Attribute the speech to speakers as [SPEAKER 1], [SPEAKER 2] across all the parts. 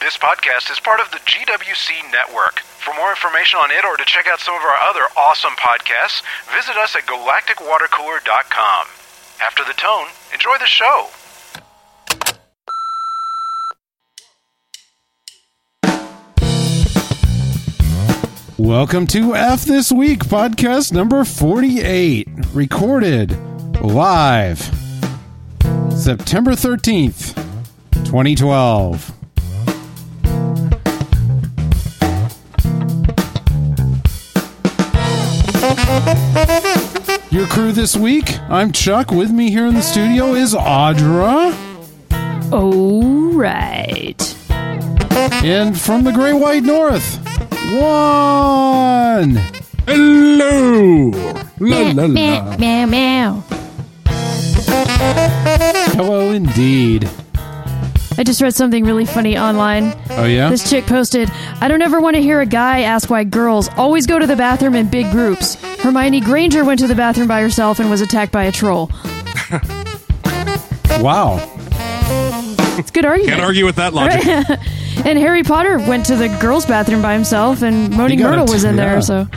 [SPEAKER 1] This podcast is part of the GWC Network. For more information on it or to check out some of our other awesome podcasts, visit us at galacticwatercooler.com. After the tone, enjoy the show.
[SPEAKER 2] Welcome to F This Week, podcast number 48, recorded live September 13th, 2012. Your crew this week, I'm Chuck. With me here in the studio is Audra.
[SPEAKER 3] All right.
[SPEAKER 2] And from the Great White North, one. Hello. La, la, la.
[SPEAKER 3] Meow, meow, meow.
[SPEAKER 2] Hello, indeed.
[SPEAKER 3] I just read something really funny online.
[SPEAKER 2] Oh, yeah?
[SPEAKER 3] This chick posted, I don't ever want to hear a guy ask why girls always go to the bathroom in big groups. Hermione Granger went to the bathroom by herself and was attacked by a troll.
[SPEAKER 2] Wow.
[SPEAKER 3] It's a good argument.
[SPEAKER 4] Can't argue with that logic.
[SPEAKER 3] And Harry Potter went to the girls' bathroom by himself, and Moaning
[SPEAKER 2] He got
[SPEAKER 3] Myrtle
[SPEAKER 2] it,
[SPEAKER 3] was in
[SPEAKER 2] yeah.
[SPEAKER 3] there, so.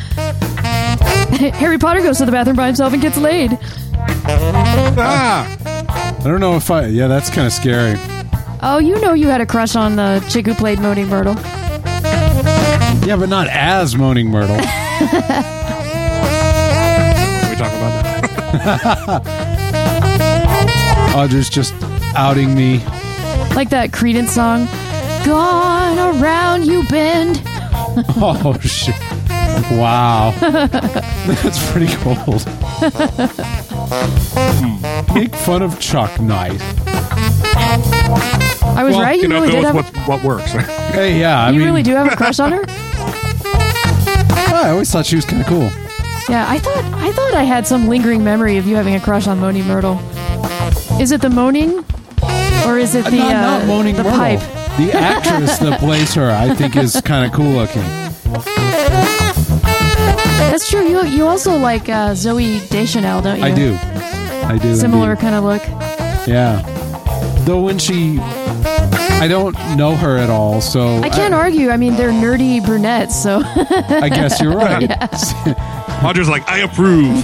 [SPEAKER 3] Harry Potter goes to the bathroom by himself and gets laid.
[SPEAKER 4] Ah,
[SPEAKER 2] I don't know if I. Yeah, that's kind of scary.
[SPEAKER 3] Oh, you know you had a crush on the chick who played Moaning Myrtle.
[SPEAKER 2] Yeah, but not as Moaning Myrtle.
[SPEAKER 4] can we talk about that?
[SPEAKER 2] Audra's just outing me.
[SPEAKER 3] Like that Credence song. Gone around you bend.
[SPEAKER 2] Oh, shit. Wow. That's pretty cold. Hmm. Make fun of Chuck. Nice.
[SPEAKER 3] I was right. You,
[SPEAKER 4] you know,
[SPEAKER 3] really
[SPEAKER 4] go
[SPEAKER 3] did
[SPEAKER 4] with
[SPEAKER 3] have.
[SPEAKER 4] what, what works.
[SPEAKER 2] Hey, yeah. I
[SPEAKER 3] you
[SPEAKER 2] mean,
[SPEAKER 3] really do have a crush on her.
[SPEAKER 2] I always thought she was kind of cool.
[SPEAKER 3] Yeah, I thought I thought I had some lingering memory of you having a crush on Moni Myrtle. Is it the moaning, or is it the
[SPEAKER 2] not,
[SPEAKER 3] uh,
[SPEAKER 2] not Moaning
[SPEAKER 3] the
[SPEAKER 2] Myrtle.
[SPEAKER 3] pipe?
[SPEAKER 2] The actress that plays her, I think, is kind of cool looking.
[SPEAKER 3] That's true. You you also like uh, Zoe Deschanel, don't you?
[SPEAKER 2] I do. I do.
[SPEAKER 3] Similar
[SPEAKER 2] indeed.
[SPEAKER 3] kind of look.
[SPEAKER 2] Yeah. Though when she. I don't know her at all, so.
[SPEAKER 3] I can't argue. I mean, they're nerdy brunettes, so
[SPEAKER 2] I guess you're right.
[SPEAKER 4] Roger's like, I approve.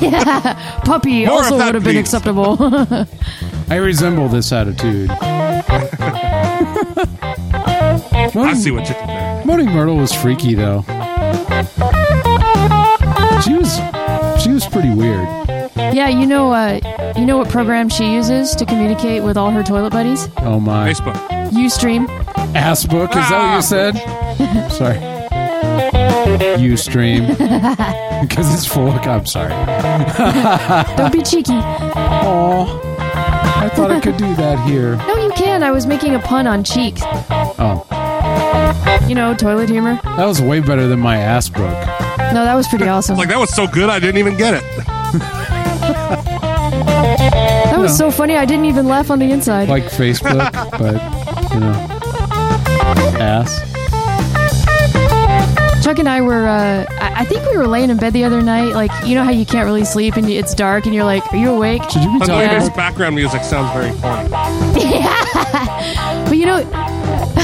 [SPEAKER 3] puppy
[SPEAKER 4] More of
[SPEAKER 3] also
[SPEAKER 4] that,
[SPEAKER 3] would have been
[SPEAKER 4] please.
[SPEAKER 3] acceptable.
[SPEAKER 2] I resemble this attitude.
[SPEAKER 4] I
[SPEAKER 2] Moaning,
[SPEAKER 4] see what you did there.
[SPEAKER 2] Moaning Myrtle was freaky though. She was she was pretty weird.
[SPEAKER 3] yeah, you know uh, you know what program she uses to communicate with all her toilet buddies?
[SPEAKER 2] Oh my
[SPEAKER 4] Facebook.
[SPEAKER 3] Ustream.
[SPEAKER 2] ass book, is that what
[SPEAKER 4] Ah.
[SPEAKER 2] you said? sorry. You stream. Because it's full of I'm sorry.
[SPEAKER 3] Don't be cheeky.
[SPEAKER 2] Oh I thought I could do that here.
[SPEAKER 3] No, you can. I was making a pun on cheeks.
[SPEAKER 2] Oh.
[SPEAKER 3] You know, toilet humor.
[SPEAKER 2] That was way better than my ass book.
[SPEAKER 3] No, that was pretty awesome.
[SPEAKER 4] Like, that was so good, I didn't even get it.
[SPEAKER 3] that was so funny. I didn't even laugh on the inside.
[SPEAKER 2] Like Facebook, but you know. Ass.
[SPEAKER 3] Chuck and I were, uh, I-, I think we were laying in bed the other night. Like, you know how you can't really sleep and you- it's dark and you're like, are you awake?
[SPEAKER 2] Should you be
[SPEAKER 4] By the way,
[SPEAKER 2] talking
[SPEAKER 4] this
[SPEAKER 2] about
[SPEAKER 4] background music sounds very funny.
[SPEAKER 3] But you know,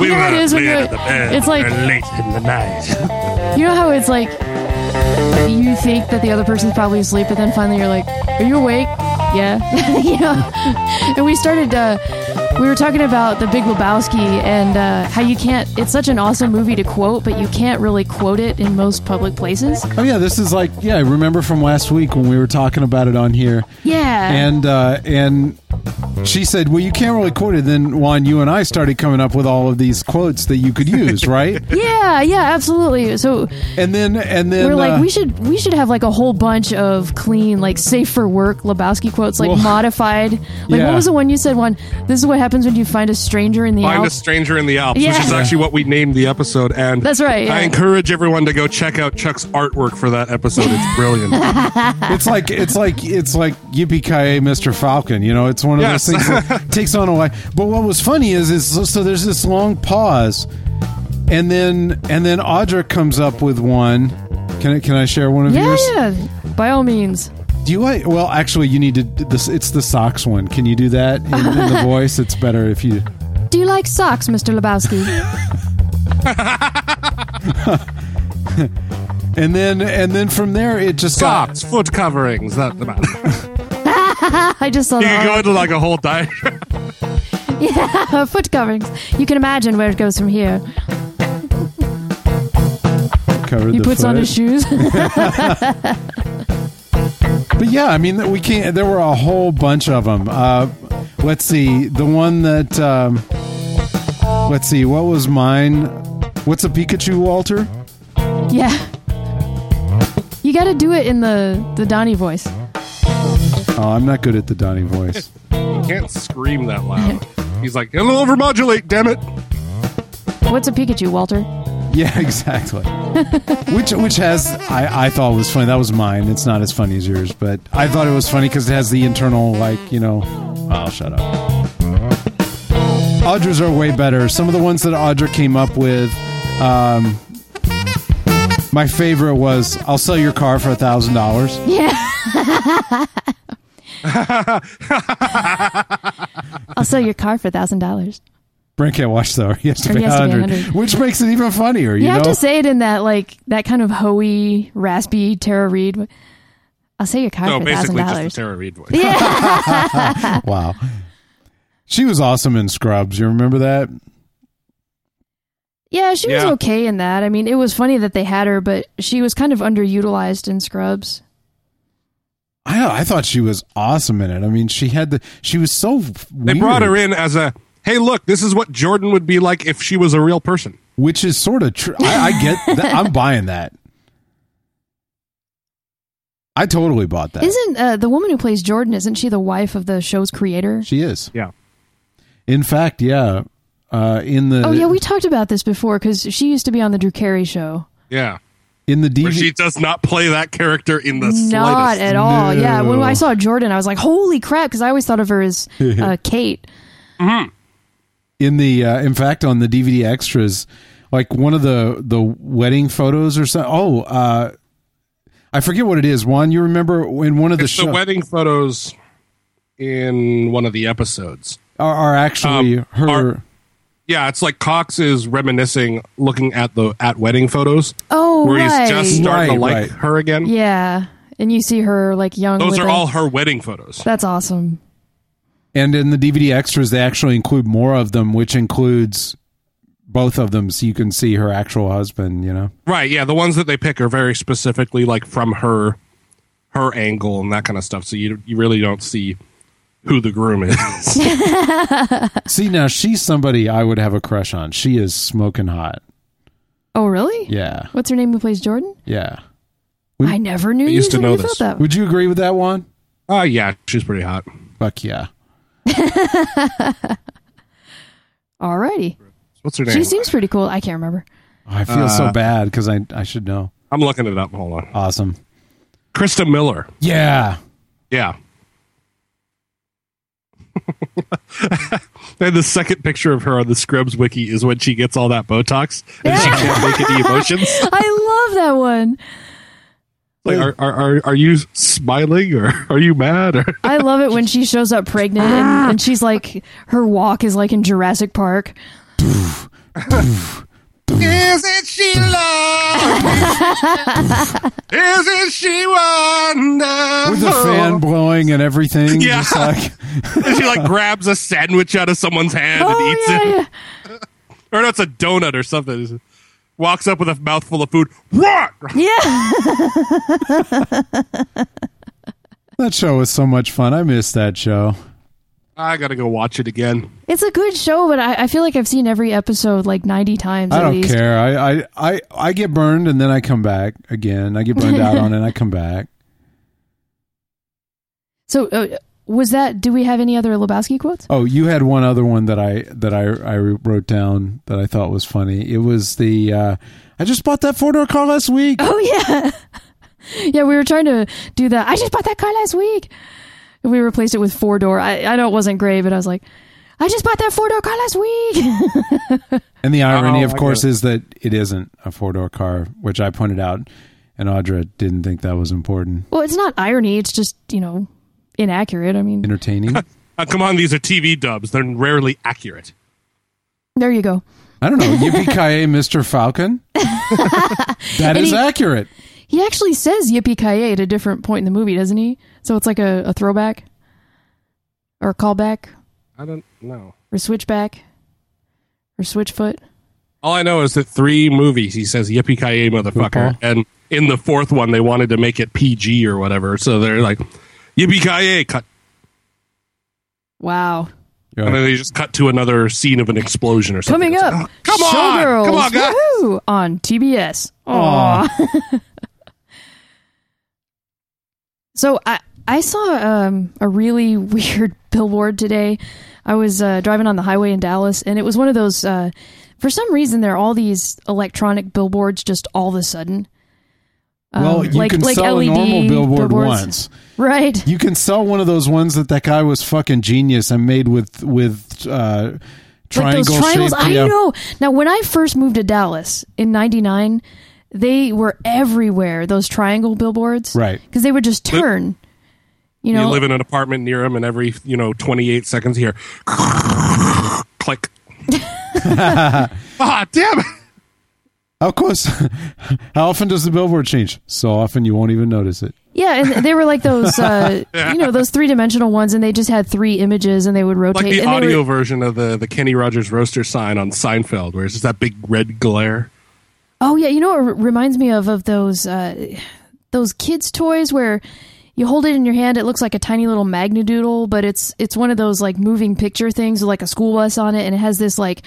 [SPEAKER 4] We
[SPEAKER 3] know
[SPEAKER 4] were
[SPEAKER 3] what it is when
[SPEAKER 4] playing
[SPEAKER 3] you're-
[SPEAKER 4] at the bed.
[SPEAKER 3] it's like-
[SPEAKER 4] We're late in the night.
[SPEAKER 3] you know how it's like, you think that the other person's probably asleep, but then finally you're like, are you awake? Yeah, you know. And we started. Uh, we were talking about the Big Lebowski and uh, how you can't. It's such an awesome movie to quote, but you can't really quote it in most public places.
[SPEAKER 2] Oh yeah, this is like yeah. I remember from last week when we were talking about it on here,
[SPEAKER 3] Yeah.
[SPEAKER 2] and uh, and she said, "Well, you can't really quote it." Then Juan, you and I started coming up with all of these quotes that you could use, right?
[SPEAKER 3] yeah, yeah, absolutely. So
[SPEAKER 2] and then and then
[SPEAKER 3] we're
[SPEAKER 2] uh,
[SPEAKER 3] like, we should we should have like a whole bunch of clean, like safe for work Lebowski quotes, like
[SPEAKER 2] Well,
[SPEAKER 3] modified. Like
[SPEAKER 2] yeah.
[SPEAKER 3] what was the one you said? One. This is what happens when you find a stranger in the
[SPEAKER 4] Find a
[SPEAKER 3] Alps.
[SPEAKER 4] Stranger in the Alps,
[SPEAKER 3] Yeah.
[SPEAKER 4] which is actually what we named the episode. And
[SPEAKER 3] That's right,
[SPEAKER 4] I
[SPEAKER 3] yeah.
[SPEAKER 4] encourage everyone to go check out Chuck's artwork for that episode. It's brilliant.
[SPEAKER 2] it's like it's like it's like yippee ki Mr. Falcon. You know, it's one of
[SPEAKER 4] Yes.
[SPEAKER 2] those things that takes on a life. But what was funny is is so, so there's this long pause, and then and then Audra comes up with one. Can I, can I share one of
[SPEAKER 3] yeah,
[SPEAKER 2] yours?
[SPEAKER 3] yeah. By all means.
[SPEAKER 2] Do you like? Well, actually, you need to. This it's the socks one. Can you do that in, in the voice? It's better if you.
[SPEAKER 3] Do you like socks, Mr. Lebowski?
[SPEAKER 2] and then and then from there it just got
[SPEAKER 4] Socks, foot coverings. That about.
[SPEAKER 3] I just saw
[SPEAKER 4] you can go
[SPEAKER 3] that.
[SPEAKER 4] into like a whole diagram.
[SPEAKER 3] Yeah, foot coverings. You can imagine where it goes from here.
[SPEAKER 2] covered.
[SPEAKER 3] He
[SPEAKER 2] the
[SPEAKER 3] puts on
[SPEAKER 2] foot.
[SPEAKER 3] his shoes.
[SPEAKER 2] But yeah, I mean, we can't. There were a whole bunch of them. Uh, let's see, the one that. Um, let's see, what was mine? What's a Pikachu, Walter?
[SPEAKER 3] yeah. You got to do it in the the Donnie voice.
[SPEAKER 2] Oh, I'm not good at the Donnie voice.
[SPEAKER 4] You can't scream that loud. He's like, it'll overmodulate. Damn it!
[SPEAKER 3] What's a Pikachu, Walter?
[SPEAKER 2] Yeah, exactly. which which has I, I thought was funny. That was mine. It's not as funny as yours, but I thought it was funny because it has the internal like you know. Oh, shut up. Audra's are way better. Some of the ones that Audra came up with. Um, my favorite was "I'll sell your car for a thousand dollars."
[SPEAKER 3] Yeah. I'll sell your car for thousand dollars.
[SPEAKER 2] Brent can't watch though; he has to
[SPEAKER 3] Or
[SPEAKER 2] pay
[SPEAKER 3] he
[SPEAKER 2] a
[SPEAKER 3] has to pay
[SPEAKER 2] hundred,
[SPEAKER 3] 100.
[SPEAKER 2] which makes it even funnier. You,
[SPEAKER 3] You have
[SPEAKER 2] know,
[SPEAKER 3] to say it in that like that kind of hoey, raspy Tara Reid. I'll sell your car
[SPEAKER 4] No,
[SPEAKER 3] for thousand
[SPEAKER 4] basically just the
[SPEAKER 3] dollars.
[SPEAKER 4] Tara Reid voice.
[SPEAKER 2] wow. She was awesome in Scrubs. You remember that?
[SPEAKER 3] Yeah, she was
[SPEAKER 4] Yeah.
[SPEAKER 3] okay in that. I mean, it was funny that they had her, but she was kind of underutilized in Scrubs.
[SPEAKER 2] I I thought she was awesome in it. I mean, she had the she was so
[SPEAKER 4] They brought her in as a, hey, look, this is what Jordan would be like if she was a real person.
[SPEAKER 2] which is sort of true. I, I get that. I'm buying that. I totally bought that.
[SPEAKER 3] Isn't uh, the woman who plays Jordan? Isn't she the wife of the show's creator?
[SPEAKER 2] She is.
[SPEAKER 4] Yeah.
[SPEAKER 2] In fact, yeah. Uh, in the
[SPEAKER 3] Oh yeah, we talked about this before because she used to be on the Drew Carey show.
[SPEAKER 4] Yeah.
[SPEAKER 2] in the
[SPEAKER 4] Where
[SPEAKER 2] DVD
[SPEAKER 4] she does not play that character in the
[SPEAKER 3] Not
[SPEAKER 4] slightest.
[SPEAKER 3] at all.
[SPEAKER 2] No.
[SPEAKER 3] Yeah, when I saw Jordan, I was like, "Holy crap!" Because I always thought of her as uh, Kate.
[SPEAKER 2] in the uh, in fact on the DVD extras, like one of the the wedding photos or something. Oh, uh, I forget what it is. Juan, you remember in one of the
[SPEAKER 4] it's the
[SPEAKER 2] show
[SPEAKER 4] wedding photos in one of the episodes.
[SPEAKER 2] are, are actually
[SPEAKER 4] Um,
[SPEAKER 2] her.
[SPEAKER 4] are- Yeah, it's like Cox is reminiscing, looking at the at wedding photos,
[SPEAKER 3] Oh
[SPEAKER 4] where
[SPEAKER 3] right.
[SPEAKER 4] he's just starting to
[SPEAKER 2] Right,
[SPEAKER 4] like
[SPEAKER 2] right.
[SPEAKER 4] her again.
[SPEAKER 3] yeah, and you see her like young.
[SPEAKER 4] Those
[SPEAKER 3] with
[SPEAKER 4] are
[SPEAKER 3] a-
[SPEAKER 4] all her wedding photos.
[SPEAKER 3] That's awesome.
[SPEAKER 2] And in the DVD extras, they actually include more of them, which includes both of them, so you can see her actual husband. You know,
[SPEAKER 4] Right? Yeah, the ones that they pick are very specifically like from her her angle and that kind of stuff. So you you really don't see who the groom is.
[SPEAKER 2] see now she's somebody I would have a crush on. She is smoking hot.
[SPEAKER 3] Oh really?
[SPEAKER 2] Yeah,
[SPEAKER 3] What's her name who plays Jordan?
[SPEAKER 2] yeah.
[SPEAKER 3] I never knew.
[SPEAKER 4] used
[SPEAKER 3] you
[SPEAKER 4] to know
[SPEAKER 3] really
[SPEAKER 4] this.
[SPEAKER 3] felt that.
[SPEAKER 2] Would you agree with that one?
[SPEAKER 4] Oh yeah, she's pretty hot.
[SPEAKER 2] Fuck yeah.
[SPEAKER 3] Alrighty.
[SPEAKER 4] What's her name?
[SPEAKER 3] She seems pretty cool. I can't remember.
[SPEAKER 2] Oh, I feel so bad because I I should know.
[SPEAKER 4] I'm looking it up. Hold on,
[SPEAKER 2] Awesome.
[SPEAKER 4] Krista Miller.
[SPEAKER 2] Yeah.
[SPEAKER 4] Yeah. and the second picture of her on the Scrubs wiki is when she gets all that Botox and she can't make any emotions.
[SPEAKER 3] I love that one.
[SPEAKER 4] Like, are, are, are, are you smiling or are you mad? Or
[SPEAKER 3] I love it when she shows up pregnant and, and she's like, her walk is like in Jurassic Park.
[SPEAKER 4] isn't she love? isn't she Oh. wonderful?
[SPEAKER 2] With the fan blowing and everything.
[SPEAKER 4] Yeah.
[SPEAKER 2] Just like,
[SPEAKER 4] she like grabs a sandwich out of someone's hand and
[SPEAKER 3] Oh
[SPEAKER 4] eats
[SPEAKER 3] yeah,
[SPEAKER 4] it,
[SPEAKER 3] yeah.
[SPEAKER 4] or no, it's a donut or something. Walks up with a mouthful of food. What?
[SPEAKER 3] Yeah.
[SPEAKER 2] that show was so much fun. I miss that show.
[SPEAKER 4] I gotta go watch it again.
[SPEAKER 3] It's a good show, but I, I feel like I've seen every episode like 90 times
[SPEAKER 2] I
[SPEAKER 3] at
[SPEAKER 2] don't
[SPEAKER 3] least.
[SPEAKER 2] care. I, I, I, I get burned and then I come back again. I get burned out on it and I come back.
[SPEAKER 3] So, uh, was that, do we have any other Lebowski quotes?
[SPEAKER 2] Oh, you had one other one that I that I, I wrote down that I thought was funny. It was the uh, I just bought that four door car last week.
[SPEAKER 3] Oh, yeah. yeah, we were trying to do that. I just bought that car last week. And we replaced it with four door. I, I know it wasn't great, but I was like, I just bought that four door car last week.
[SPEAKER 2] And the irony,
[SPEAKER 4] Oh,
[SPEAKER 2] of
[SPEAKER 4] I
[SPEAKER 2] course,
[SPEAKER 4] get it.
[SPEAKER 2] is that it isn't a four door car, which I pointed out, and Audra didn't think that was important.
[SPEAKER 3] well, it's not irony. It's just, you know, inaccurate. I mean,
[SPEAKER 2] Entertaining.
[SPEAKER 4] Ah, Uh, come on, these are TV dubs. They're rarely accurate.
[SPEAKER 3] There you go.
[SPEAKER 2] I don't know. Yippee ki Mr. Falcon. that is
[SPEAKER 3] he-
[SPEAKER 2] accurate.
[SPEAKER 3] He actually says "Yippee ki yay" at a different point in the movie, doesn't he? So it's like a, a throwback or a callback
[SPEAKER 4] I don't know.
[SPEAKER 3] or switchback or switchfoot.
[SPEAKER 4] All I know is that three movies he says "Yippee ki yay, motherfucker,"
[SPEAKER 2] Football.
[SPEAKER 4] and in the fourth one they wanted to make it PG or whatever, so they're like "Yippee ki yay," cut,
[SPEAKER 3] Wow.
[SPEAKER 2] Yeah.
[SPEAKER 4] and then they just cut to another scene of an explosion or something.
[SPEAKER 3] Coming
[SPEAKER 4] It's
[SPEAKER 3] up,
[SPEAKER 4] like, "Oh, come on,
[SPEAKER 3] Showgirls
[SPEAKER 4] come on, guys.
[SPEAKER 3] Woohoo! on TBS. Aww. so I I saw um, a really weird billboard today. I was uh, driving on the highway in Dallas, and it was one of those. Uh, for some reason, there are all these electronic billboards just all of a sudden. Um,
[SPEAKER 2] Well, you can sell a normal billboard
[SPEAKER 3] E billboards.
[SPEAKER 2] once.
[SPEAKER 3] right?
[SPEAKER 2] You can sell one of those ones that that guy was fucking genius and made with with uh,
[SPEAKER 3] like
[SPEAKER 2] triangle
[SPEAKER 3] those triangles.
[SPEAKER 2] shaped.
[SPEAKER 3] I
[SPEAKER 2] yeah.
[SPEAKER 3] know. Now, when I first moved to Dallas in '99, they were everywhere. Those triangle billboards,
[SPEAKER 2] Right.
[SPEAKER 3] Because they would just turn. You know,
[SPEAKER 4] You live in an apartment near him, and every you know twenty eight seconds here, click. ah, damn it!
[SPEAKER 2] How close? How often does the billboard change? So often you won't even notice it.
[SPEAKER 3] yeah, and they were like those, uh, you know, those three dimensional ones, and they just had three images, and they would rotate.
[SPEAKER 4] Like the
[SPEAKER 3] and they
[SPEAKER 4] audio
[SPEAKER 3] were-
[SPEAKER 4] version of the the Kenny Rogers roaster sign on Seinfeld, where it's just that big red glare.
[SPEAKER 3] oh yeah, you know, what it reminds me of of those uh, those kids' toys where. You hold it in your hand; it looks like a tiny little magnadoodle, but it's it's one of those like moving picture things with like a school bus on it, and it has this like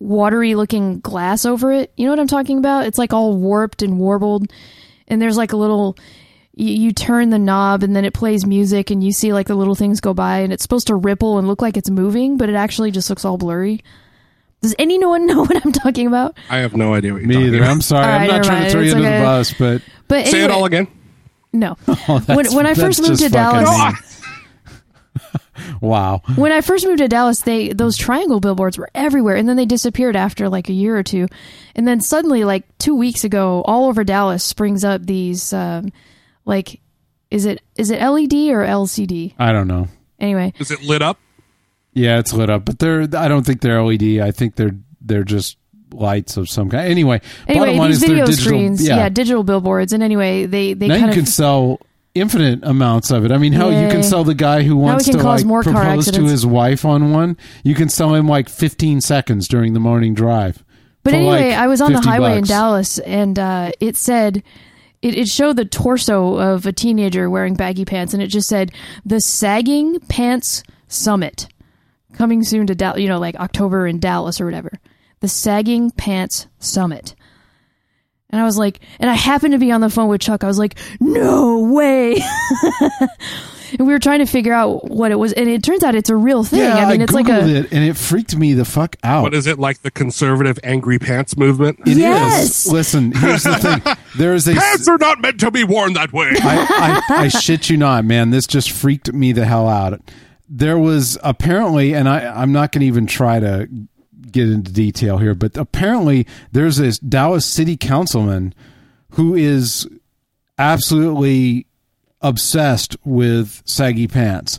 [SPEAKER 3] watery looking glass over it. You know what I'm talking about? It's like all warped and warbled. And there's like a little you, you turn the knob and then it plays music and you see like the little things go by and it's supposed to ripple and look like it's moving, but it actually just looks all blurry. Does anyone know what I'm talking about?
[SPEAKER 4] I have no idea what you're
[SPEAKER 2] Me
[SPEAKER 4] talking
[SPEAKER 2] either.
[SPEAKER 4] about.
[SPEAKER 2] I'm sorry.
[SPEAKER 3] All
[SPEAKER 2] I'm
[SPEAKER 3] right,
[SPEAKER 2] not
[SPEAKER 3] never
[SPEAKER 2] trying to
[SPEAKER 3] mind.
[SPEAKER 2] throw you
[SPEAKER 3] It's
[SPEAKER 2] under
[SPEAKER 3] okay.
[SPEAKER 2] the bus, but
[SPEAKER 3] But
[SPEAKER 4] Say it
[SPEAKER 3] anyway-
[SPEAKER 4] all again.
[SPEAKER 3] No. when
[SPEAKER 2] Oh, that's-
[SPEAKER 3] when I
[SPEAKER 2] that's
[SPEAKER 3] first moved
[SPEAKER 2] just
[SPEAKER 3] to
[SPEAKER 2] fucking
[SPEAKER 3] Dallas,
[SPEAKER 2] mean. wow.
[SPEAKER 3] when I first moved to Dallas, they those triangle billboards were everywhere, and then they disappeared after like a year or two, and then suddenly, like two weeks ago, all over Dallas springs up these, um, like, is it is it LED or LCD?
[SPEAKER 2] I don't know.
[SPEAKER 3] Anyway,
[SPEAKER 4] Is it lit up?
[SPEAKER 2] Yeah, it's lit up, but they're. I don't think they're LED. I think they're they're just lights of some kind. Anyway,
[SPEAKER 3] anyway,
[SPEAKER 2] bottom line
[SPEAKER 3] these
[SPEAKER 2] is they're
[SPEAKER 3] video
[SPEAKER 2] digital.
[SPEAKER 3] screens,
[SPEAKER 2] yeah,
[SPEAKER 3] yeah. digital billboards, and anyway, they they
[SPEAKER 2] now you
[SPEAKER 3] kind
[SPEAKER 2] can
[SPEAKER 3] of
[SPEAKER 2] sell infinite amounts of it. I mean, hell, you
[SPEAKER 3] Yay.
[SPEAKER 2] can sell the guy who wants
[SPEAKER 3] can
[SPEAKER 2] to
[SPEAKER 3] cause
[SPEAKER 2] like
[SPEAKER 3] more car
[SPEAKER 2] propose to
[SPEAKER 3] accidents.
[SPEAKER 2] his wife on one. You can sell him like 15 seconds during the morning drive.
[SPEAKER 3] But
[SPEAKER 2] for,
[SPEAKER 3] anyway,
[SPEAKER 2] like,
[SPEAKER 3] I was on the
[SPEAKER 2] 50
[SPEAKER 3] highway in
[SPEAKER 2] bucks.
[SPEAKER 3] Dallas, and uh, it said it, it showed the torso of a teenager wearing baggy pants, and it just said the sagging pants summit coming soon to Dallas. You know, like October in Dallas or whatever. The sagging pants summit. And I was like, and I happened to be on the phone with Chuck. I was like, no way. and we were trying to figure out what it was. And it turns out it's a real thing.
[SPEAKER 2] Yeah,
[SPEAKER 3] I mean, it's
[SPEAKER 2] Googled
[SPEAKER 3] like a.
[SPEAKER 2] it and it freaked me the fuck out.
[SPEAKER 4] What is it like the conservative angry pants movement?
[SPEAKER 2] It is-
[SPEAKER 3] Yes!
[SPEAKER 2] Listen, here's the thing. There is a.
[SPEAKER 4] Pants are not meant to be worn that way.
[SPEAKER 2] I, I, I shit you not, man. This just freaked me the hell out. There was apparently, and I, I'm not going to even try to get into detail here, but apparently there's this Dallas city councilman who is absolutely obsessed with saggy pants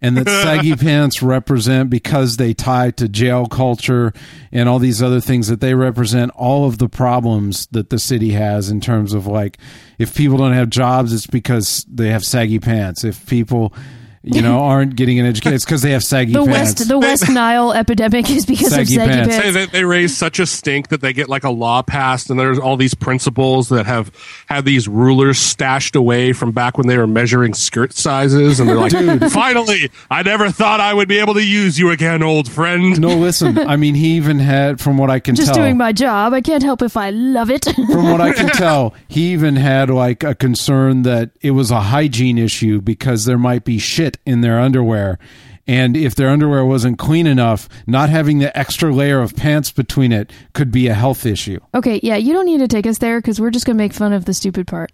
[SPEAKER 2] and that saggy pants represent because they tie to jail culture and all these other things that they represent all of the problems that the city has in terms of like if people don't have jobs it's because they have saggy pants if people you know aren't getting an education it's because they have saggy
[SPEAKER 3] The
[SPEAKER 2] pants
[SPEAKER 3] West, the West Nile epidemic is because
[SPEAKER 2] Saggy
[SPEAKER 3] of saggy
[SPEAKER 2] pants.
[SPEAKER 3] pants.
[SPEAKER 4] Say that they raise such a stink that they get like a law passed, and there's all these principles that have had these rulers stashed away from back when they were measuring skirt sizes, and they're like, "Finally, I never thought I would be able to use you again, old friend."
[SPEAKER 2] no listen i mean he even had from what i can
[SPEAKER 3] just
[SPEAKER 2] tell
[SPEAKER 3] doing my job. I can't help if I love it.
[SPEAKER 2] from what I can tell, he even had like a concern that it was a hygiene issue because there might be shit in their underwear. And if their underwear wasn't clean enough, not having the extra layer of pants between it could be a health issue.
[SPEAKER 3] okay, yeah, you don't need to take us there because we're just gonna make fun of the stupid part.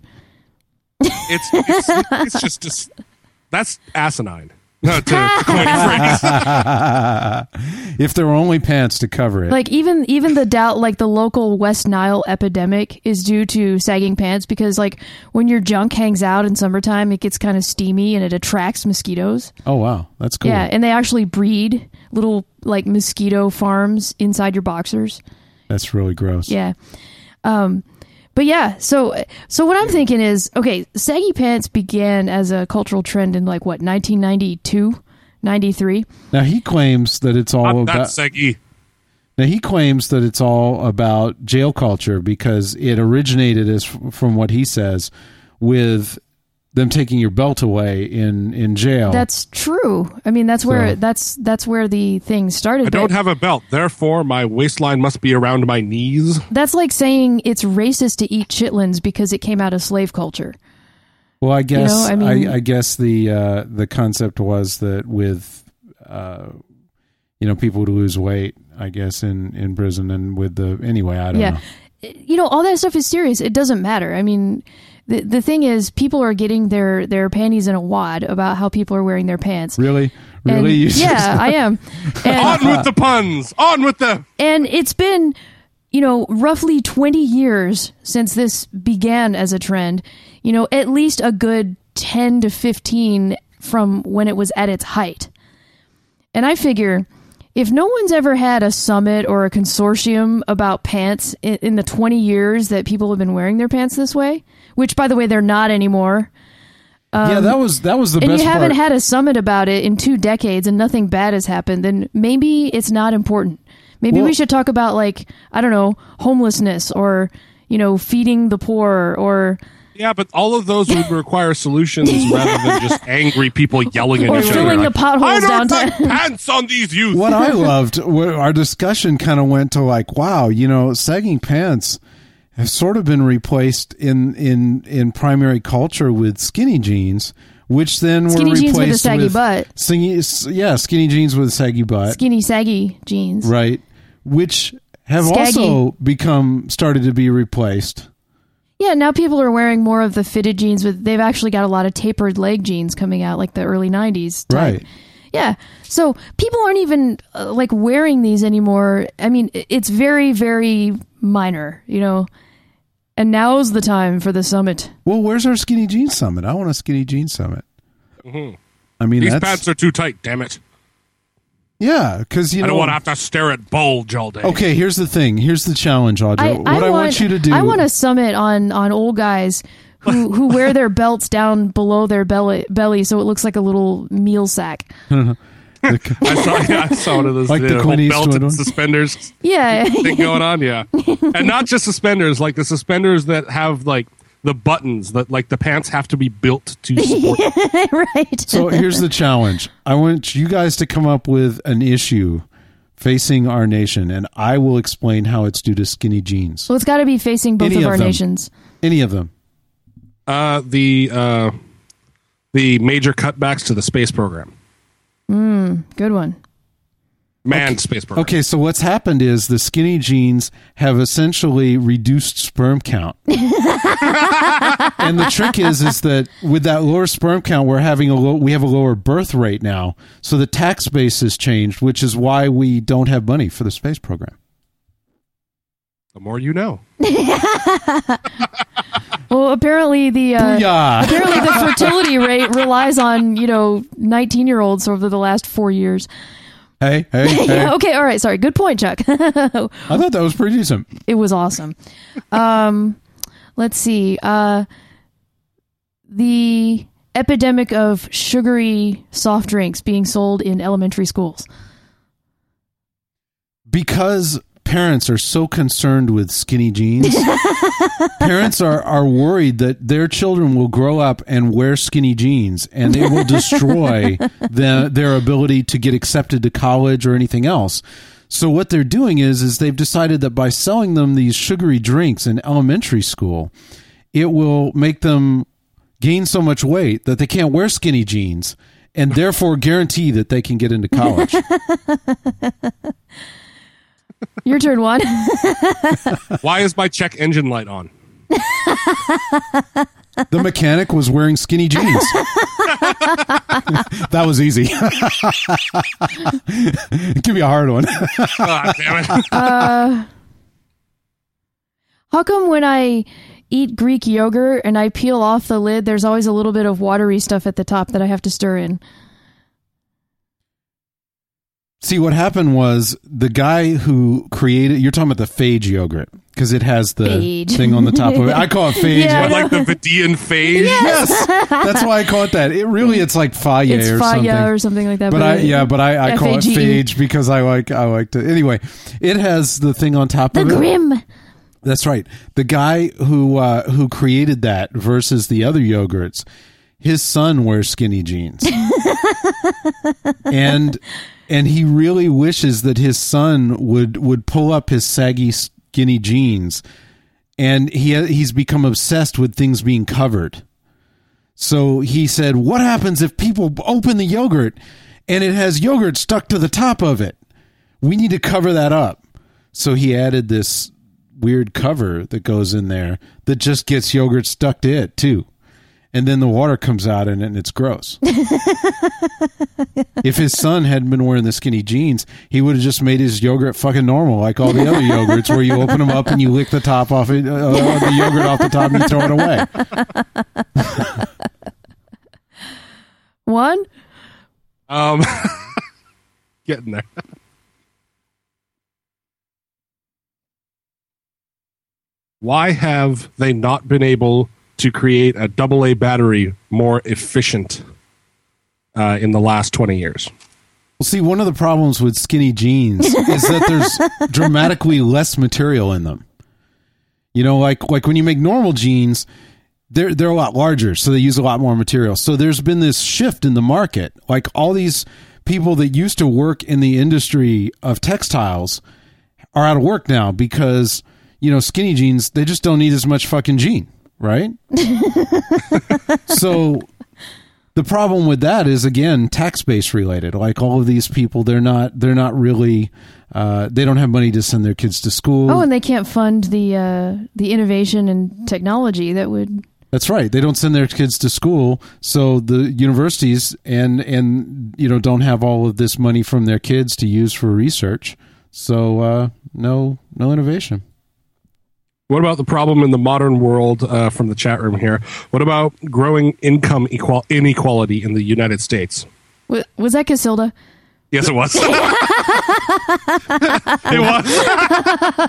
[SPEAKER 4] It's it's, it's just, just that's asinine. No, to coin a phrase.
[SPEAKER 2] If there were only pants to cover it.
[SPEAKER 3] Like even even the doubt, like the local West Nile epidemic is due to sagging pants because like when your junk hangs out in summertime, it gets kind of steamy and it attracts mosquitoes.
[SPEAKER 2] oh, wow. That's cool.
[SPEAKER 3] Yeah, and they actually breed little like mosquito farms inside your boxers.
[SPEAKER 2] That's really gross.
[SPEAKER 3] Yeah. Um, but yeah, so so what I'm thinking is okay, saggy pants began as a cultural trend in like what 1992, 93.
[SPEAKER 2] Now he claims that it's all
[SPEAKER 4] Not that
[SPEAKER 2] about.
[SPEAKER 4] seggy.
[SPEAKER 2] Now he claims that it's all about jail culture because it originated, as from what he says, with them taking your belt away in in jail.
[SPEAKER 3] That's true. I mean, that's where
[SPEAKER 2] Oh. So-
[SPEAKER 3] that's that's where the thing started.
[SPEAKER 4] I don't
[SPEAKER 3] but
[SPEAKER 4] have a belt, therefore my waistline must be around my knees.
[SPEAKER 3] that's like saying it's racist to eat chitlins because it came out of slave culture.
[SPEAKER 2] well, I guess
[SPEAKER 3] know, I mean-
[SPEAKER 2] I, I guess the uh, the concept was that with uh, you know people would lose weight, I guess in in prison and with the anyway, I don't
[SPEAKER 3] yeah.
[SPEAKER 2] know.
[SPEAKER 3] You know, all that stuff is serious. It doesn't matter. I mean, the the thing is, people are getting their their panties in a wad about how people are wearing their pants.
[SPEAKER 2] Really,
[SPEAKER 3] And-
[SPEAKER 2] really, You just-
[SPEAKER 3] yeah, I am. And,
[SPEAKER 4] On with the puns! On with the
[SPEAKER 3] and it's been, you know, roughly 20 years since this began as a trend. You know, at least a good 10 to 15 from when it was at its height. And I figure if no one's ever had a summit or a consortium about pants in, in the 20 years that people have been wearing their pants this way, which by the way, they're not anymore.
[SPEAKER 2] yeah. That was that was the
[SPEAKER 3] um, And
[SPEAKER 2] best
[SPEAKER 3] you haven't
[SPEAKER 2] part.
[SPEAKER 3] had a summit about it in two decades and nothing bad has happened, then maybe it's not important. Maybe
[SPEAKER 2] Well-
[SPEAKER 3] we should talk about like, I don't know, homelessness or, you know, feeding the poor or
[SPEAKER 4] Yeah, but all of those would require solutions rather than just angry people yelling at
[SPEAKER 3] Or
[SPEAKER 4] each other.
[SPEAKER 3] filling the potholes
[SPEAKER 4] I don't
[SPEAKER 3] downtown."
[SPEAKER 4] like pants on these youth.
[SPEAKER 2] what I loved, what our discussion kind of went to like, wow, you know, sagging pants have sort of been replaced in in in primary culture with skinny jeans, which then
[SPEAKER 3] Skinny
[SPEAKER 2] were
[SPEAKER 3] jeans with a
[SPEAKER 2] replaced
[SPEAKER 3] saggy
[SPEAKER 2] with
[SPEAKER 3] butt.
[SPEAKER 2] Skinny, yeah, skinny jeans with a saggy butt,
[SPEAKER 3] skinny, saggy jeans.
[SPEAKER 2] right? Which have
[SPEAKER 3] Skaggy.
[SPEAKER 2] also become started to be replaced.
[SPEAKER 3] Yeah, now people are wearing more of the fitted jeans with they've actually got a lot of tapered leg jeans coming out like the early 90s. type.
[SPEAKER 2] Right.
[SPEAKER 3] Yeah. So people aren't even uh, like wearing these anymore. I mean, i- it's very very minor, you know. And now's the time for the summit.
[SPEAKER 2] Well, where's our skinny jean summit? I want a skinny jean summit. I mean,
[SPEAKER 4] Mm-hmm. These
[SPEAKER 2] that's
[SPEAKER 4] pants are too tight, damn it.
[SPEAKER 2] yeah, because you
[SPEAKER 4] I
[SPEAKER 2] know
[SPEAKER 4] don't want to have to stare at bulge all day.
[SPEAKER 2] Okay, here's the thing. Here's the challenge, Audra. what I, want you to do.
[SPEAKER 3] I want a summit on on old guys who who wear their belts down below their belly belly so it looks like a little meal sack.
[SPEAKER 4] I saw, yeah, I saw one of those
[SPEAKER 2] Like the
[SPEAKER 4] yeah, whole
[SPEAKER 2] Clint
[SPEAKER 4] belt
[SPEAKER 2] Eastwood
[SPEAKER 4] and
[SPEAKER 2] one.
[SPEAKER 4] suspenders
[SPEAKER 3] Yeah.
[SPEAKER 4] thing going on, yeah. And not just suspenders, like the suspenders that have like the buttons that like the pants have to be built to support.
[SPEAKER 3] right.
[SPEAKER 2] So here's the challenge. I want you guys to come up with an issue facing our nation, and I will explain how it's due to skinny jeans.
[SPEAKER 3] So it's got to be facing both
[SPEAKER 2] Any
[SPEAKER 3] of
[SPEAKER 2] of
[SPEAKER 3] our
[SPEAKER 2] them.
[SPEAKER 3] nations.
[SPEAKER 2] Any of them.
[SPEAKER 4] Uh, the uh, the major cutbacks to the space program.
[SPEAKER 3] Good one.
[SPEAKER 4] Manned space program.
[SPEAKER 2] Okay, so what's happened is the skinny jeans have essentially reduced sperm count. and the trick is is that with that lower sperm count we're having a low, we have a lower birth rate now. So the tax base has changed, which is why we don't have money for the space program.
[SPEAKER 4] The more you know.
[SPEAKER 3] Well, apparently the uh,
[SPEAKER 2] Booyah.
[SPEAKER 3] apparently the fertility rate relies on you know 19 year olds over the last four years.
[SPEAKER 2] Hey, hey, hey.
[SPEAKER 3] Yeah, okay, all right, sorry. Good point, Chuck.
[SPEAKER 2] I thought that was pretty decent.
[SPEAKER 3] it was awesome. Um, let's see. Uh, the epidemic of sugary soft drinks being sold in elementary schools.
[SPEAKER 2] Because parents are so concerned with skinny jeans, parents are, are worried that their children will grow up and wear skinny jeans and it will destroy the, their ability to get accepted to college or anything else. So what they're doing is is they've decided that by selling them these sugary drinks in elementary school, it will make them gain so much weight that they can't wear skinny jeans and therefore guarantee that they can get into college.
[SPEAKER 3] Your turn, one.
[SPEAKER 4] Why is my check engine light on?
[SPEAKER 2] The mechanic was wearing skinny jeans. that was easy. Give me a hard one.
[SPEAKER 4] God damn it.
[SPEAKER 3] Uh, How come when I eat Greek yogurt and I peel off the lid, there's always a little bit of watery stuff at the top that I have to stir in?
[SPEAKER 2] See, what happened was the guy who created, you're talking about the phage yogurt because it has the
[SPEAKER 3] Phage.
[SPEAKER 2] thing on the top of it. I call it phage.
[SPEAKER 3] Yeah, I
[SPEAKER 4] But like the Vidian phage.
[SPEAKER 2] Yes, that's why I call it that. It really, it's like faye
[SPEAKER 3] it's
[SPEAKER 2] or
[SPEAKER 3] faya
[SPEAKER 2] something.
[SPEAKER 3] or something like that.
[SPEAKER 2] but I, yeah, but I, I call it
[SPEAKER 3] F-A-G-E.
[SPEAKER 2] phage because I like I like to. Anyway, it has the thing on top
[SPEAKER 3] the
[SPEAKER 2] of it.
[SPEAKER 3] grim.
[SPEAKER 2] That's right. The guy who uh, who created that versus the other yogurts, his son wears skinny jeans, and and he really wishes that his son would would pull up his saggy skinny jeans, and he he's become obsessed with things being covered. So he said, "What happens if people open the yogurt and it has yogurt stuck to the top of it? We need to cover that up." So he added this weird cover that goes in there that just gets yogurt stuck to it too. And then the water comes out in it and it's gross. if his son hadn't been wearing the skinny jeans, he would have just made his yogurt fucking normal, like all the other yogurts, where you open them up and you lick the top off it, uh, the yogurt off the top and you throw it away.
[SPEAKER 3] One.
[SPEAKER 4] Um, getting there. Why have they not been able to create a double A battery more efficient uh, in the last 20 years?
[SPEAKER 2] Well, see, one of the problems with skinny jeans is that there's dramatically less material in them. You know, like like when you make normal jeans, they're they're a lot larger, so they use a lot more material. So there's been this shift in the market. Like all these people that used to work in the industry of textiles are out of work now because you know skinny jeans they just don't need as much fucking jean, right? so the problem with that is again tax base related like all of these people they're not they're not really uh, they don't have money to send their kids to school
[SPEAKER 3] Oh, and they can't fund the uh, the innovation and technology that would.
[SPEAKER 2] that's right they don't send their kids to school so the universities and and you know don't have all of this money from their kids to use for research so uh, no no innovation
[SPEAKER 4] What about the problem in the modern world uh, from the chat room here? What about growing income equal- inequality in the United States?
[SPEAKER 3] wa- Was that Casilda?
[SPEAKER 4] Yes, it was. it was.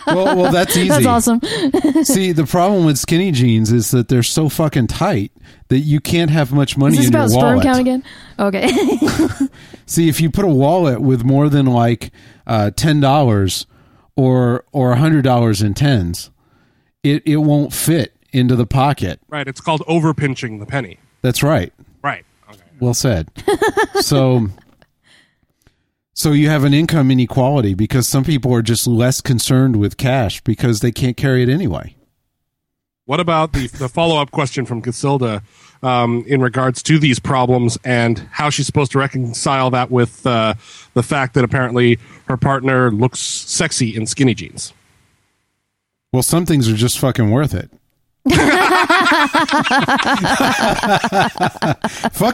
[SPEAKER 2] well, well that's easy
[SPEAKER 3] That's awesome.
[SPEAKER 2] see the problem with skinny jeans is that they're so fucking tight that you can't have much money
[SPEAKER 3] Is this
[SPEAKER 2] in
[SPEAKER 3] about
[SPEAKER 2] your
[SPEAKER 3] sperm
[SPEAKER 2] wallet
[SPEAKER 3] count again? Okay.
[SPEAKER 2] See, if you put a wallet with more than like uh, ten dollars or or hundred dollars in tens, it it won't fit into the pocket.
[SPEAKER 4] Right. It's called overpinching the penny.
[SPEAKER 2] That's right.
[SPEAKER 4] Right. Okay.
[SPEAKER 2] Well said. so so you have an income inequality because some people are just less concerned with cash because they can't carry it anyway.
[SPEAKER 4] What about the, the follow up question from Casilda um, in regards to these problems and how she's supposed to reconcile that with uh, the fact that apparently her partner looks sexy in skinny jeans?
[SPEAKER 2] Well, some things are just fucking worth it. Fuck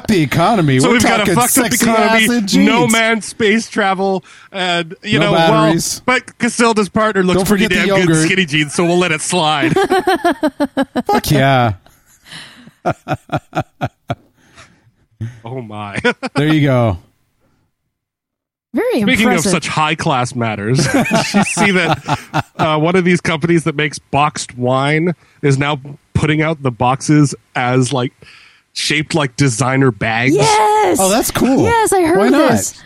[SPEAKER 2] the economy.
[SPEAKER 4] So
[SPEAKER 2] We're
[SPEAKER 4] we've got a
[SPEAKER 2] talking
[SPEAKER 4] fucked up
[SPEAKER 2] sexy ass in
[SPEAKER 4] economy,
[SPEAKER 2] jeans.
[SPEAKER 4] no man space travel, and you
[SPEAKER 2] No
[SPEAKER 4] know, well,
[SPEAKER 2] batteries.
[SPEAKER 4] but Casilda's partner looks
[SPEAKER 2] Don't
[SPEAKER 4] pretty
[SPEAKER 2] forget the
[SPEAKER 4] damn good in
[SPEAKER 2] yogurt.
[SPEAKER 4] skinny jeans, so we'll let it slide.
[SPEAKER 2] Fuck yeah.
[SPEAKER 4] oh my.
[SPEAKER 2] There you go.
[SPEAKER 3] Very
[SPEAKER 4] Speaking
[SPEAKER 3] impressive.
[SPEAKER 4] of such high class matters, you see that uh, one of these companies that makes boxed wine is now putting out the boxes as like shaped like designer bags.
[SPEAKER 3] yes.
[SPEAKER 2] Oh, that's cool.
[SPEAKER 3] Yes, I heard
[SPEAKER 2] Why not?
[SPEAKER 3] this.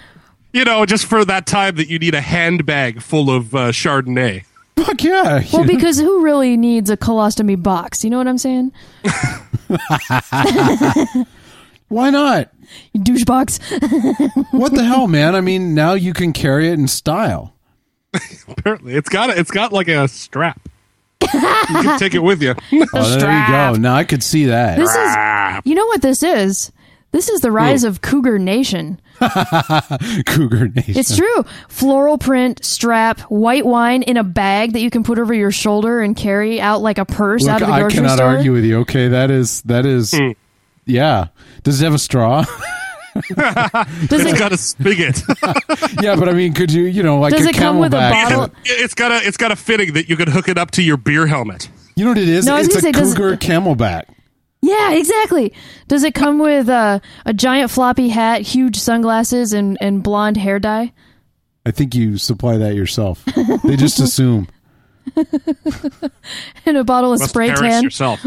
[SPEAKER 4] You know, just for that time that you need a handbag full of uh, Chardonnay.
[SPEAKER 2] Fuck yeah.
[SPEAKER 3] Well, because who really needs a colostomy box? You know what I'm saying?
[SPEAKER 2] Why not?
[SPEAKER 3] You douche box.
[SPEAKER 2] What the hell, man? I mean, now you can carry it in style.
[SPEAKER 4] Apparently, it's got a, it's got like a strap. you can take it with you.
[SPEAKER 2] Oh, there you go. Now I could see that.
[SPEAKER 3] This is. You know what this is? This is the rise of Cougar Nation.
[SPEAKER 2] Cougar Nation.
[SPEAKER 3] It's true. Floral print, strap, white wine in a bag that you can put over your shoulder and carry out like a purse
[SPEAKER 2] Look,
[SPEAKER 3] out of the
[SPEAKER 2] I
[SPEAKER 3] grocery
[SPEAKER 2] cannot
[SPEAKER 3] store.
[SPEAKER 2] argue with you. Okay, that is that is. Yeah. Does it have a straw?
[SPEAKER 3] Does
[SPEAKER 4] It's
[SPEAKER 3] it
[SPEAKER 4] got a spigot.
[SPEAKER 2] yeah, but I mean, could you, you know, like
[SPEAKER 3] Does
[SPEAKER 2] a
[SPEAKER 3] it come with a
[SPEAKER 2] camelback-
[SPEAKER 3] bottle?
[SPEAKER 4] it's got a it's got a fitting that you can hook it up to your beer helmet.
[SPEAKER 2] You know what it is?
[SPEAKER 3] No, I was
[SPEAKER 2] it's a
[SPEAKER 3] gonna say, does it-
[SPEAKER 2] cougar camelback.
[SPEAKER 3] Yeah, exactly. Does it come with uh, a giant floppy hat, huge sunglasses, and, and blonde hair dye?
[SPEAKER 2] I think you supply that yourself. They just assume.
[SPEAKER 3] and a bottle of
[SPEAKER 4] Must
[SPEAKER 3] spray
[SPEAKER 4] perish
[SPEAKER 3] tan,
[SPEAKER 4] yourself.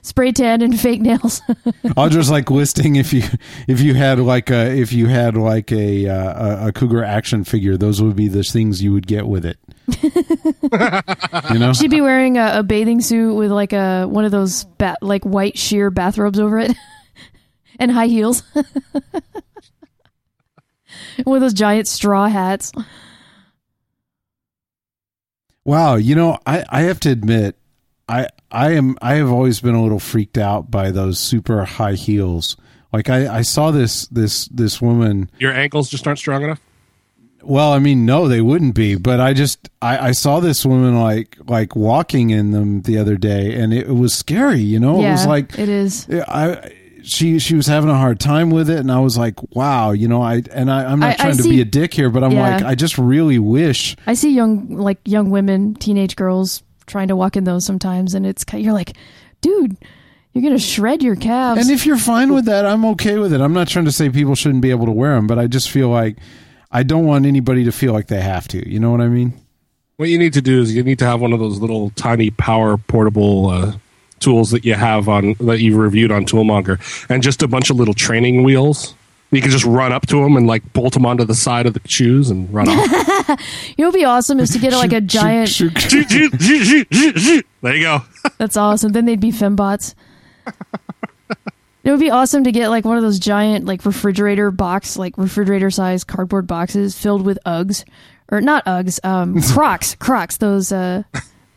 [SPEAKER 3] spray tan, and fake nails.
[SPEAKER 2] Audra's like listing if you if you had like a if you had like a uh, a, a cougar action figure, those would be the things you would get with it. you know,
[SPEAKER 3] She'd be wearing a, a bathing suit with like a one of those ba- like white sheer bathrobes over it, and high heels. one of those giant straw hats.
[SPEAKER 2] Wow, you know, I, I have to admit, I I am I have always been a little freaked out by those super high heels. Like I, I saw this this this woman.
[SPEAKER 4] Your ankles just aren't strong enough.
[SPEAKER 2] Well, I mean, no, they wouldn't be, but I just I, I saw this woman like like walking in them the other day, and it, was scary. You know,
[SPEAKER 3] yeah,
[SPEAKER 2] Oh, it was like
[SPEAKER 3] it is.
[SPEAKER 2] I she she was having a hard time with it, and I was like, wow, you know, I and I, I'm
[SPEAKER 3] I-
[SPEAKER 2] not
[SPEAKER 3] I
[SPEAKER 2] trying to
[SPEAKER 3] see-
[SPEAKER 2] be a dick here, but I'm
[SPEAKER 3] Yeah.
[SPEAKER 2] like, I just really wish
[SPEAKER 3] I see young like young women, teenage girls trying to walk in those sometimes, and it's ki- you're like, dude, you're gonna shred your calves.
[SPEAKER 2] And if you're fine with that, I'm okay with it. I'm not trying to say people shouldn't be able to wear them, but I just feel like I don't want anybody to feel like they have to. You know what I mean?
[SPEAKER 4] What you need to do is you need to have one of those little tiny power portable uh, tools that you have on that you've reviewed on Toolmonger, and just a bunch of little training wheels. You can just run up to them and like bolt them onto the side of the shoes and run off.
[SPEAKER 3] you know, what would be awesome is to get like a giant.
[SPEAKER 4] there you go.
[SPEAKER 3] That's awesome. Then they'd be fembots. it would be awesome to get like one of those giant like refrigerator box, like refrigerator size cardboard boxes filled with Uggs, or not Uggs, um, Crocs, Crocs, those uh,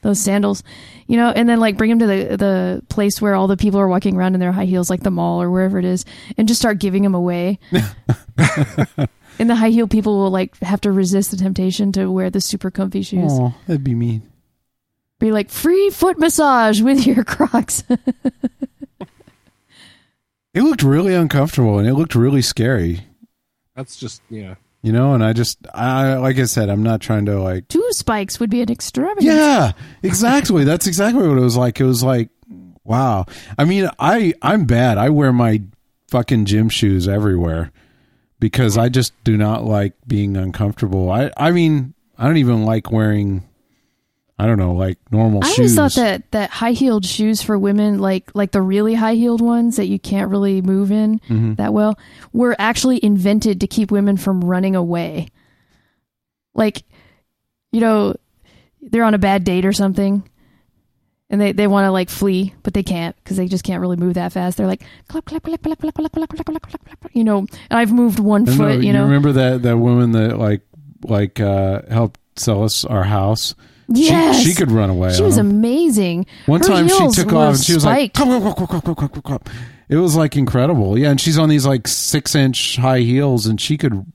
[SPEAKER 3] those sandals, you know, and then like bring them to the the place where all the people are walking around in their high heels, like the mall or wherever it is, and just start giving them away. and the high heel people will like have to resist the temptation to wear the super comfy shoes.
[SPEAKER 2] Aw, that'd be mean.
[SPEAKER 3] Be like free foot massage with your Crocs.
[SPEAKER 2] It looked really uncomfortable and it looked really scary.
[SPEAKER 4] That's just yeah.
[SPEAKER 2] You know, and I just I like I said, I'm not trying to like
[SPEAKER 3] two spikes would be an extravagance.
[SPEAKER 2] Yeah, exactly. That's exactly what it was like. It was like, wow. I mean, I I'm bad. I wear my fucking gym shoes everywhere because I just do not like being uncomfortable. I I mean, I don't even like wearing I don't know, like normal
[SPEAKER 3] I always
[SPEAKER 2] shoes.
[SPEAKER 3] thought that, that high heeled shoes for women, like like the really high heeled ones that you can't really move in
[SPEAKER 2] Mm-hmm.
[SPEAKER 3] that well, were actually invented to keep women from running away. Like, you know, they're on a bad date or something, and they, they want to like flee, but they can't because they just can't really move that fast. They're like clap clap clap clap clap clap clap clap clap clap, clap, you know. And I've moved one
[SPEAKER 2] I don't
[SPEAKER 3] foot,
[SPEAKER 2] know,
[SPEAKER 3] you know.
[SPEAKER 2] remember that that woman that like like uh helped sell us our house?
[SPEAKER 3] yes,
[SPEAKER 2] She she could run away.
[SPEAKER 3] She
[SPEAKER 2] on
[SPEAKER 3] was
[SPEAKER 2] them.
[SPEAKER 3] amazing.
[SPEAKER 2] One
[SPEAKER 3] Her
[SPEAKER 2] time she
[SPEAKER 3] heels
[SPEAKER 2] took
[SPEAKER 3] were
[SPEAKER 2] off and she was
[SPEAKER 3] spiked.
[SPEAKER 2] like, "Quack, quack, quack, quack, quack, quack, quack, quack." it was like incredible. Yeah, and she's on these like six inch high heels and she could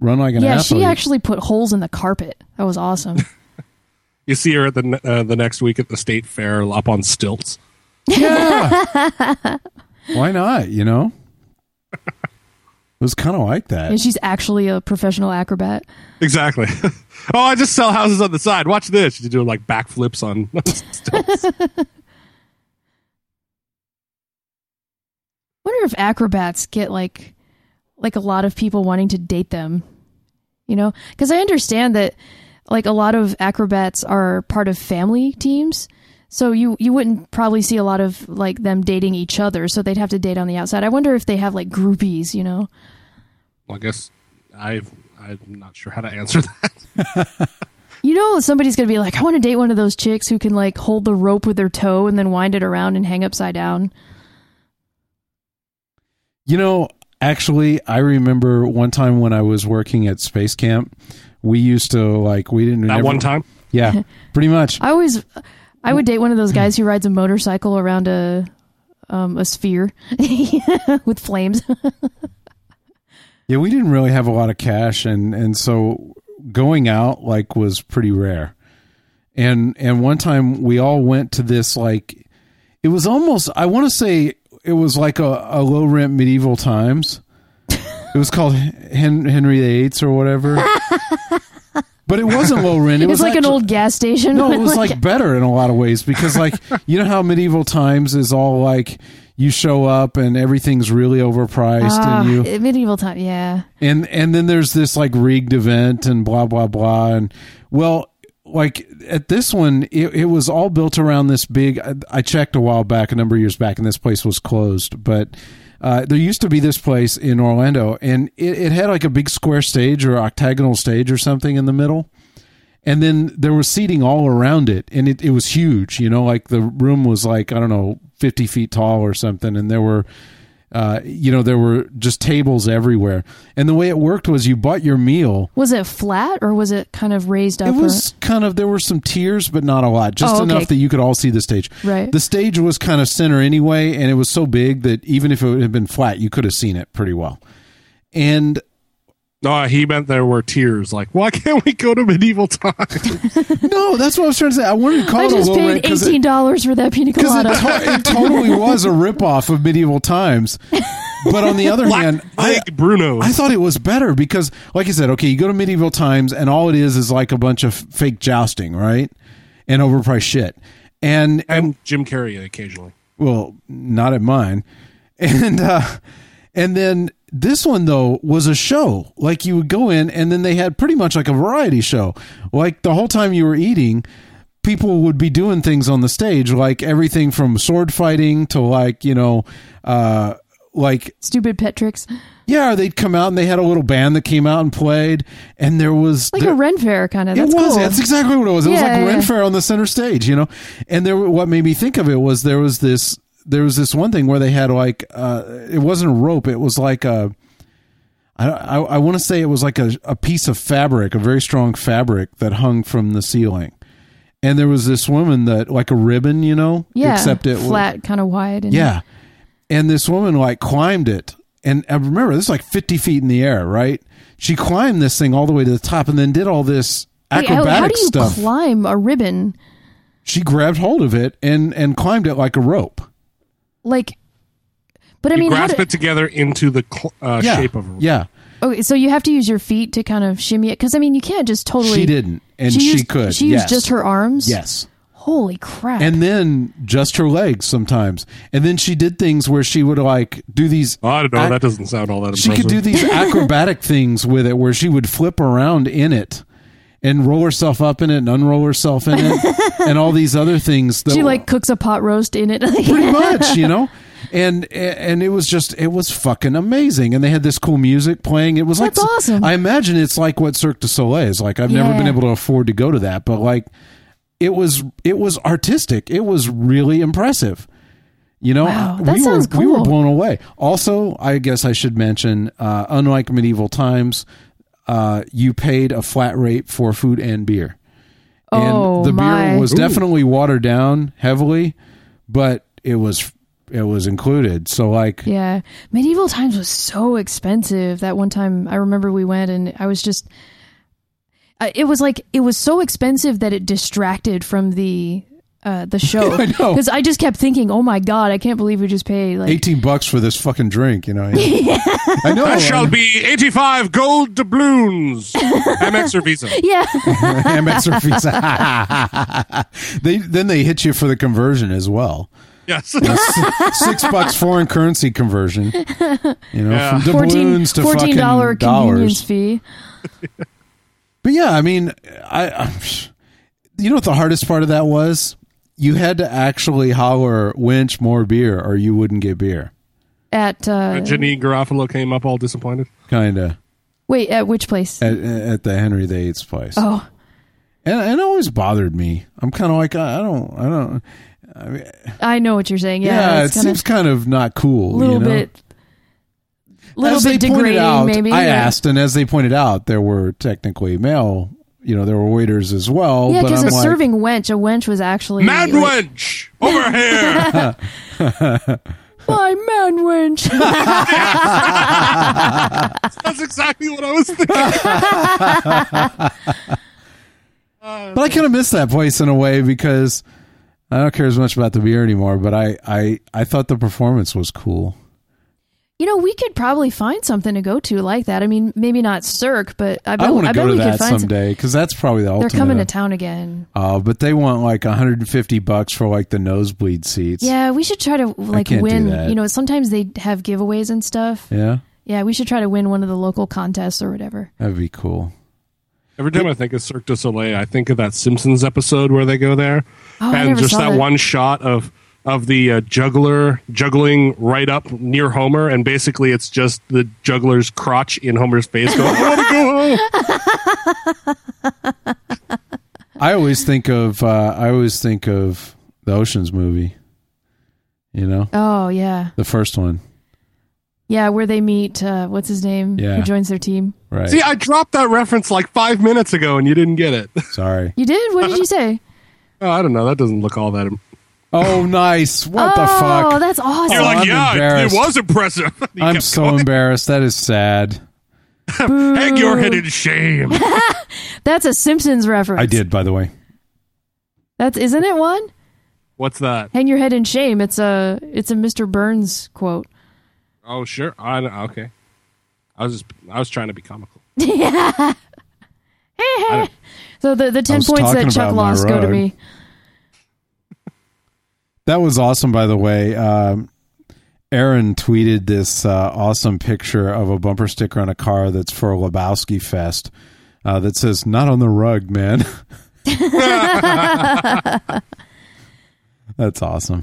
[SPEAKER 2] run like an
[SPEAKER 3] yeah,
[SPEAKER 2] athlete.
[SPEAKER 3] she actually put holes in the carpet. That was awesome.
[SPEAKER 4] You see her at the ne- uh, the next week at the state fair up on stilts.
[SPEAKER 2] yeah. Why not? You know? It was kind of like
[SPEAKER 3] and
[SPEAKER 2] that.
[SPEAKER 3] she's actually a professional acrobat.
[SPEAKER 4] Exactly. oh, I just sell houses on the side. Watch this. She's doing like backflips on stilts.
[SPEAKER 3] wonder if acrobats get like like a lot of people wanting to date them. You know, cuz I understand that like a lot of acrobats are part of family teams. So you you wouldn't probably see a lot of like them dating each other, so they'd have to date on the outside. I wonder if they have like groupies, you know.
[SPEAKER 4] Well, I guess I I'm not sure how to answer that.
[SPEAKER 3] You know, somebody's going to be like, I want to date one of those chicks who can like hold the rope with their toe and then wind it around and hang upside down.
[SPEAKER 2] You know, actually, I remember one time when I was working at Space Camp, we used to like, we didn't.
[SPEAKER 4] That
[SPEAKER 2] never-
[SPEAKER 4] one time,
[SPEAKER 2] Yeah, pretty much.
[SPEAKER 3] I always, I would date one of those guys who rides a motorcycle around a, um, a sphere with flames.
[SPEAKER 2] Yeah, we didn't really have a lot of cash and and so going out like was pretty rare. And and one time we all went to this like it was almost I want to say it was like a, a low rent medieval times. It was called Hen- Henry VIII or whatever. But it wasn't low rent. It
[SPEAKER 3] It
[SPEAKER 2] was
[SPEAKER 3] was like an
[SPEAKER 2] actu-
[SPEAKER 3] old gas station.
[SPEAKER 2] no, it was like better in a lot of ways because like you know how medieval times is all like you show up and everything's really overpriced
[SPEAKER 3] Ah,
[SPEAKER 2] and you
[SPEAKER 3] medieval time. Yeah.
[SPEAKER 2] and and then there's this like rigged event and blah blah blah and well like at this one it, it was all built around this big I, I checked a while back a number of years back and this place was closed but uh, there used to be this place in orlando and it, it had like a big square stage or octagonal stage or something in the middle and then there was seating all around it and it, it was huge you know like the room was like i don't know 50 feet tall or something and there were uh, you know there were just tables everywhere and the way it worked was you bought your meal
[SPEAKER 3] Was it flat or was it kind of raised up?
[SPEAKER 2] it
[SPEAKER 3] or-
[SPEAKER 2] was kind of there were some tiers but not a lot just
[SPEAKER 3] Uh-huh. Oh, okay.
[SPEAKER 2] enough that you could all see the stage
[SPEAKER 3] Right.
[SPEAKER 2] the stage was kind of center anyway and it was so big that even if it had been flat you could have seen it pretty well and
[SPEAKER 4] No, he meant there were tears. Like, why can't we go to medieval times?
[SPEAKER 2] no that's what i was trying to say i wanted to call
[SPEAKER 3] I
[SPEAKER 2] it a
[SPEAKER 3] just
[SPEAKER 2] little
[SPEAKER 3] paid eighteen dollars for that pina
[SPEAKER 2] because
[SPEAKER 3] colada.
[SPEAKER 2] it, to- it totally was a ripoff of medieval times. But on the other hand, I,
[SPEAKER 4] Like Bruno.
[SPEAKER 2] I thought it was better because, like I said, okay, you go to medieval times and all it is is like a bunch of fake jousting, right? And overpriced shit. And, and
[SPEAKER 4] and Jim Carrey occasionally.
[SPEAKER 2] well, not at mine. And uh and then this one though was a show. Like you would go in and then they had pretty much like a variety show. Like the whole time you were eating, people would be doing things on the stage like everything from sword fighting to like, you know, uh like
[SPEAKER 3] Stupid pet tricks,
[SPEAKER 2] yeah, they'd come out and they had a little band that came out and played and there was
[SPEAKER 3] like
[SPEAKER 2] there-
[SPEAKER 3] a Ren Fair kind of. That's
[SPEAKER 2] it was.
[SPEAKER 3] cool.
[SPEAKER 2] That's exactly what it was. It was
[SPEAKER 3] Yeah,
[SPEAKER 2] like
[SPEAKER 3] yeah,
[SPEAKER 2] Ren
[SPEAKER 3] yeah.
[SPEAKER 2] Fair on the center stage, you know. And there, what made me think of it was there was this there was this one thing where they had like uh, it wasn't a rope. It was like a I I, I want to say it was like a, a piece of fabric, a very strong fabric that hung from the ceiling. And there was this woman that like a ribbon, you know,
[SPEAKER 3] yeah,
[SPEAKER 2] except it was-
[SPEAKER 3] flat, kind of wide. And,
[SPEAKER 2] yeah. And this woman like climbed it. And I remember this is like 50 feet in the air, right? She climbed this thing all the way to the top and then did all this
[SPEAKER 3] Hey, how,
[SPEAKER 2] acrobatic
[SPEAKER 3] how do you
[SPEAKER 2] stuff.
[SPEAKER 3] climb a ribbon?
[SPEAKER 2] she grabbed hold of it and, and climbed it like a rope.
[SPEAKER 3] Like, but I
[SPEAKER 4] You
[SPEAKER 3] mean, how
[SPEAKER 4] grasp
[SPEAKER 3] do,
[SPEAKER 4] it together into the cl- uh,
[SPEAKER 2] Yeah.
[SPEAKER 4] shape of a
[SPEAKER 2] Yeah.
[SPEAKER 3] okay, so you have to use your feet to kind of shimmy it because I mean, you can't just totally.
[SPEAKER 2] She didn't. And she,
[SPEAKER 3] she, used,
[SPEAKER 2] could.
[SPEAKER 3] She
[SPEAKER 2] Yes.
[SPEAKER 3] used just her arms.
[SPEAKER 2] Yes.
[SPEAKER 3] Holy crap!
[SPEAKER 2] And then just her legs sometimes. And then she did things where she would like do these
[SPEAKER 4] I don't know.
[SPEAKER 2] I-
[SPEAKER 4] that doesn't sound all that
[SPEAKER 2] she
[SPEAKER 4] impressive.
[SPEAKER 2] could do these acrobatic things with it where she would flip around in it and roll herself up in it and unroll herself in it and all these other things that
[SPEAKER 3] she
[SPEAKER 2] were-
[SPEAKER 3] like cooks a pot roast in it.
[SPEAKER 2] pretty much you know and and it was just it was fucking amazing and they had this cool music playing it was like
[SPEAKER 3] That's awesome.
[SPEAKER 2] i imagine it's like what cirque du soleil is like i've never
[SPEAKER 3] Yeah.
[SPEAKER 2] been able to afford to go to that but like it was it was artistic it was really impressive you know,
[SPEAKER 3] Wow,
[SPEAKER 2] I-
[SPEAKER 3] that
[SPEAKER 2] we
[SPEAKER 3] sounds
[SPEAKER 2] were we were
[SPEAKER 3] cool.
[SPEAKER 2] blown away. Also, I guess I should mention, uh, unlike medieval times, uh, you paid a flat rate for food and beer, and
[SPEAKER 3] Oh,
[SPEAKER 2] the
[SPEAKER 3] my.
[SPEAKER 2] beer was definitely watered down heavily, but it was it was included. So like,
[SPEAKER 3] Yeah. Medieval times was so expensive. That one time I remember we went and I was just uh, it was like it was so expensive that it distracted from the uh, the show
[SPEAKER 2] I know.
[SPEAKER 3] because I just kept thinking, "Oh my god, I can't believe we just paid like
[SPEAKER 2] eighteen bucks for this fucking drink, you know? I know.
[SPEAKER 4] That shall be 85 gold doubloons. Amex or Visa.
[SPEAKER 3] yeah,
[SPEAKER 2] Amex or Visa. they then they hit you for the conversion as well.
[SPEAKER 4] Yes.
[SPEAKER 2] six bucks foreign currency conversion. You know,
[SPEAKER 4] Yeah.
[SPEAKER 2] from
[SPEAKER 3] fourteen
[SPEAKER 2] doubloons to
[SPEAKER 3] fourteen dollar
[SPEAKER 2] fucking dollars.
[SPEAKER 3] convenience fee.
[SPEAKER 2] But yeah, I mean, I, I, you know what the hardest part of that was? You had to actually holler, winch more beer, or you wouldn't get beer.
[SPEAKER 3] At uh,
[SPEAKER 4] Janine Garofalo came up all disappointed.
[SPEAKER 2] Kind of
[SPEAKER 3] wait, at which place?
[SPEAKER 2] at, at the Henry the Eighth's place,
[SPEAKER 3] oh,
[SPEAKER 2] and, and it always bothered me. I'm kind of like, I I don't, I don't.
[SPEAKER 3] I know what you're saying.
[SPEAKER 2] Yeah,
[SPEAKER 3] Yeah,
[SPEAKER 2] it
[SPEAKER 3] it's kind
[SPEAKER 2] seems kind of not cool.
[SPEAKER 3] of a little
[SPEAKER 2] you know?
[SPEAKER 3] bit, little
[SPEAKER 2] as
[SPEAKER 3] bit
[SPEAKER 2] they pointed
[SPEAKER 3] degrading.
[SPEAKER 2] out,
[SPEAKER 3] maybe
[SPEAKER 2] I
[SPEAKER 3] yeah.
[SPEAKER 2] asked, and as they pointed out, there were technically male. You know, there were waiters as well.
[SPEAKER 3] Yeah,
[SPEAKER 2] but
[SPEAKER 3] because
[SPEAKER 2] I'm
[SPEAKER 3] a
[SPEAKER 2] like,
[SPEAKER 3] serving wench, a wench was actually
[SPEAKER 4] Mad
[SPEAKER 3] like,
[SPEAKER 4] wench! Over here!
[SPEAKER 3] My man wench.
[SPEAKER 4] That's exactly what I was thinking.
[SPEAKER 2] But I kind of miss that place in a way because I don't care as much about the beer anymore. But I, I, I thought the performance was cool.
[SPEAKER 3] You know, we could probably find something to go to like that. I mean, maybe not Cirque, but I bet,
[SPEAKER 2] I want
[SPEAKER 3] I
[SPEAKER 2] to
[SPEAKER 3] bet
[SPEAKER 2] go to
[SPEAKER 3] we
[SPEAKER 2] that
[SPEAKER 3] could find some-
[SPEAKER 2] someday because that's probably the
[SPEAKER 3] They're
[SPEAKER 2] ultimate.
[SPEAKER 3] coming to
[SPEAKER 2] of-
[SPEAKER 3] town again.
[SPEAKER 2] Oh, but they want like 150 bucks for like the nosebleed seats.
[SPEAKER 3] Yeah, we should try to like
[SPEAKER 2] can't do
[SPEAKER 3] win.
[SPEAKER 2] that.
[SPEAKER 3] You know, sometimes they have giveaways and stuff.
[SPEAKER 2] Yeah.
[SPEAKER 3] Yeah, we should try to win one of the local contests or whatever.
[SPEAKER 2] That'd be cool.
[SPEAKER 4] Every time I think of Cirque du Soleil, I think of that Simpsons episode where they go there,
[SPEAKER 3] Oh, I
[SPEAKER 4] and
[SPEAKER 3] never
[SPEAKER 4] just
[SPEAKER 3] saw
[SPEAKER 4] that,
[SPEAKER 3] that.
[SPEAKER 4] one shot of of the uh, juggler juggling right up near Homer, and basically it's just the juggler's crotch in Homer's face. Going, "Oh, I want to go home.
[SPEAKER 2] I always think of uh, I always think of the Ocean's movie. You know,
[SPEAKER 3] Oh yeah,
[SPEAKER 2] the first one,
[SPEAKER 3] yeah, where they meet. Uh, what's his name?
[SPEAKER 2] Yeah.
[SPEAKER 3] Who joins their team?
[SPEAKER 2] right?
[SPEAKER 4] oh." See, I dropped that reference like five minutes ago, and you didn't get it.
[SPEAKER 2] Sorry.
[SPEAKER 3] You did? What did you say?
[SPEAKER 4] Oh, I don't know. That doesn't look all that. Im-
[SPEAKER 2] Oh, nice. What
[SPEAKER 3] oh,
[SPEAKER 2] the fuck?
[SPEAKER 3] that's awesome.
[SPEAKER 4] You're like,
[SPEAKER 2] I'm
[SPEAKER 4] yeah, it- it,
[SPEAKER 2] embarrassed.
[SPEAKER 4] was impressive. You
[SPEAKER 2] I'm
[SPEAKER 4] kept
[SPEAKER 2] so
[SPEAKER 4] going.
[SPEAKER 2] embarrassed. That is sad.
[SPEAKER 4] hang your head in shame.
[SPEAKER 3] that's a Simpsons reference.
[SPEAKER 2] I did, by the way.
[SPEAKER 3] That's isn't it one?
[SPEAKER 4] What's that?
[SPEAKER 3] Hang your head in shame. It's a it's a Mr. Burns quote.
[SPEAKER 4] Oh, sure. I, okay. I was just I was trying to be comical.
[SPEAKER 3] So the the ten
[SPEAKER 2] was
[SPEAKER 3] points
[SPEAKER 2] talking
[SPEAKER 3] that Chuck
[SPEAKER 2] about my
[SPEAKER 3] lost go to
[SPEAKER 2] road.
[SPEAKER 3] me.
[SPEAKER 2] That was awesome, by the way. Um, Aaron tweeted this uh, awesome picture of a bumper sticker on a car that's for Lebowski Fest uh, that says, Not on the rug, man. that's awesome.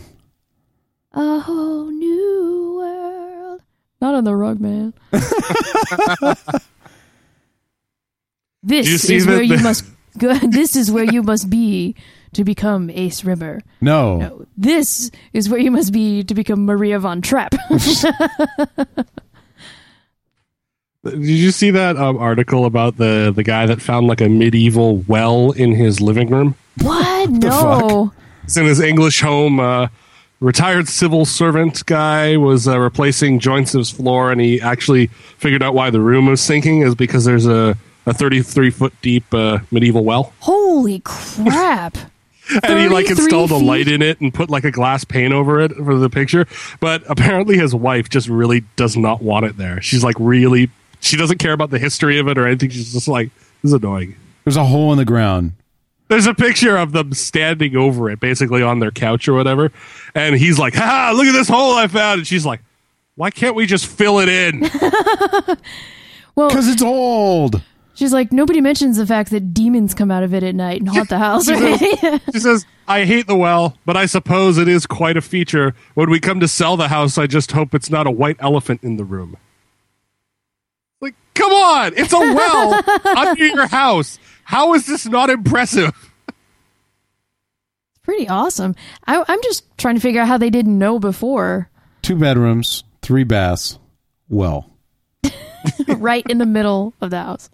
[SPEAKER 3] A whole new world. Not on the rug, man.
[SPEAKER 4] You
[SPEAKER 3] this
[SPEAKER 4] see
[SPEAKER 3] is
[SPEAKER 4] that
[SPEAKER 3] where you
[SPEAKER 4] the-
[SPEAKER 3] must go. This is where you must be to become Ace Rimmer.
[SPEAKER 2] No.
[SPEAKER 3] No, this is where you must be to become Maria von Trapp.
[SPEAKER 4] Did you see that um, article about the the guy that found like a medieval well in his living room?
[SPEAKER 3] what?
[SPEAKER 2] the
[SPEAKER 3] No.
[SPEAKER 4] It's in his English home. Uh, retired civil servant guy was uh, replacing joints of his floor, and he actually figured out why the room was sinking is because there's a a 33 foot deep uh, medieval well,
[SPEAKER 3] Holy crap!
[SPEAKER 4] and he like
[SPEAKER 3] 33
[SPEAKER 4] installed a
[SPEAKER 3] feet?
[SPEAKER 4] light in it and put like a glass pane over it for the picture. But apparently, his wife just really does not want it there. She's like really, she doesn't care about the history of it or anything. She's just like, this is annoying.
[SPEAKER 2] There's a hole in the ground.
[SPEAKER 4] There's a picture of them standing over it, basically on their couch or whatever. And he's like, ha, look at this hole I found. And she's like, why can't we just fill it in?
[SPEAKER 2] Because it's old.
[SPEAKER 3] She's like, nobody mentions the fact that demons come out of it at night and haunt the house. Right?
[SPEAKER 4] she says, I hate the well, but I suppose it is quite a feature. When we come to sell the house, I just hope it's not a white elephant in the room. Like, come on, it's a well under your house. How is this not impressive?
[SPEAKER 3] Pretty awesome. I, I'm just trying to figure out how they didn't know before.
[SPEAKER 2] Two bedrooms, three baths. Well,
[SPEAKER 3] right in the middle of the house.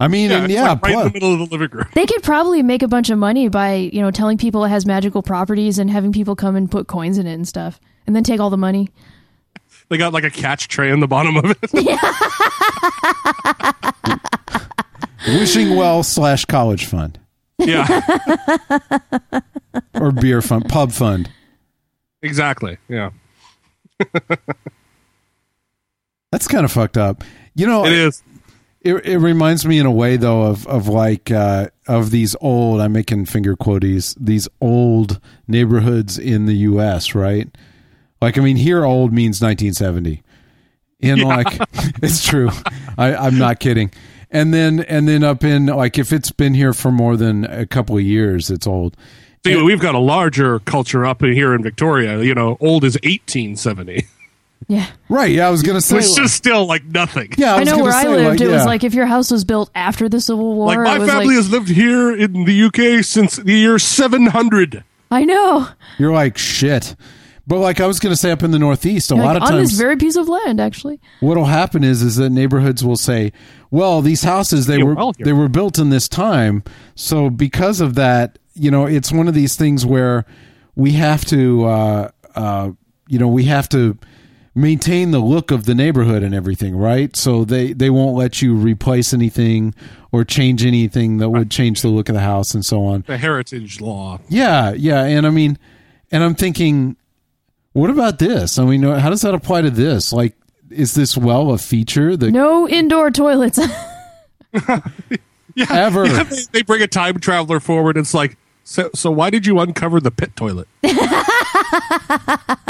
[SPEAKER 2] I mean, and
[SPEAKER 4] it's
[SPEAKER 2] yeah,
[SPEAKER 4] like right in
[SPEAKER 2] plus-
[SPEAKER 4] the middle of the living room.
[SPEAKER 3] They could probably make a bunch of money by, you know, telling people it has magical properties and having people come and put coins in it and stuff and then take all the money.
[SPEAKER 4] They got like a catch tray in the bottom of it.
[SPEAKER 2] wishing well slash college fund
[SPEAKER 4] yeah.
[SPEAKER 2] or beer fund, pub fund.
[SPEAKER 4] Exactly. Yeah.
[SPEAKER 2] That's kind of fucked up. You know,
[SPEAKER 4] It is.
[SPEAKER 2] It, it reminds me in a way though of of like uh, of these old I'm making finger quotes these old neighborhoods in the U.S. Right? Like I mean, here old means 1970, and like it's true. I, I'm not kidding. And then and then up in like if it's been here for more than a couple of years, it's old.
[SPEAKER 4] See, we've got a larger culture up in here in Victoria. You know, old is 1870,
[SPEAKER 3] Yeah.
[SPEAKER 2] Right? Yeah, I was gonna say.
[SPEAKER 4] which is still like nothing.
[SPEAKER 2] yeah, I,
[SPEAKER 3] I,
[SPEAKER 2] was
[SPEAKER 3] know
[SPEAKER 2] gonna
[SPEAKER 3] where I
[SPEAKER 2] say,
[SPEAKER 3] lived, it was
[SPEAKER 2] yeah.
[SPEAKER 3] like if your house was built after the Civil War,
[SPEAKER 4] Like
[SPEAKER 3] it
[SPEAKER 4] my
[SPEAKER 3] was
[SPEAKER 4] family
[SPEAKER 3] like,
[SPEAKER 4] has lived here in the UK since the year 700.
[SPEAKER 3] I know.
[SPEAKER 2] you're like shit. But like I was gonna say, up in the Northeast, a
[SPEAKER 3] Like,
[SPEAKER 2] lot of
[SPEAKER 3] on
[SPEAKER 2] times
[SPEAKER 3] this very piece of land, actually.
[SPEAKER 2] what'll happen is is that neighborhoods will say, "Well, these houses they
[SPEAKER 4] Yeah,
[SPEAKER 2] were
[SPEAKER 4] well, here.
[SPEAKER 2] they were built in this time, so because of that, you know, it's one of these things where we have to, uh, uh, you know, we have to maintain the look of the neighborhood and everything, right? So they they won't let you replace anything or change anything that would change the look of the house and so on.
[SPEAKER 4] The heritage law.
[SPEAKER 2] Yeah, yeah, and I mean, and I'm thinking, What about this? I mean, how does that apply to this? Like, is this well a feature that
[SPEAKER 3] No indoor toilets.
[SPEAKER 2] ever?
[SPEAKER 4] Yeah, they, they bring a time traveler forward. It's like, so, so why did you uncover the pit toilet?
[SPEAKER 2] Yeah,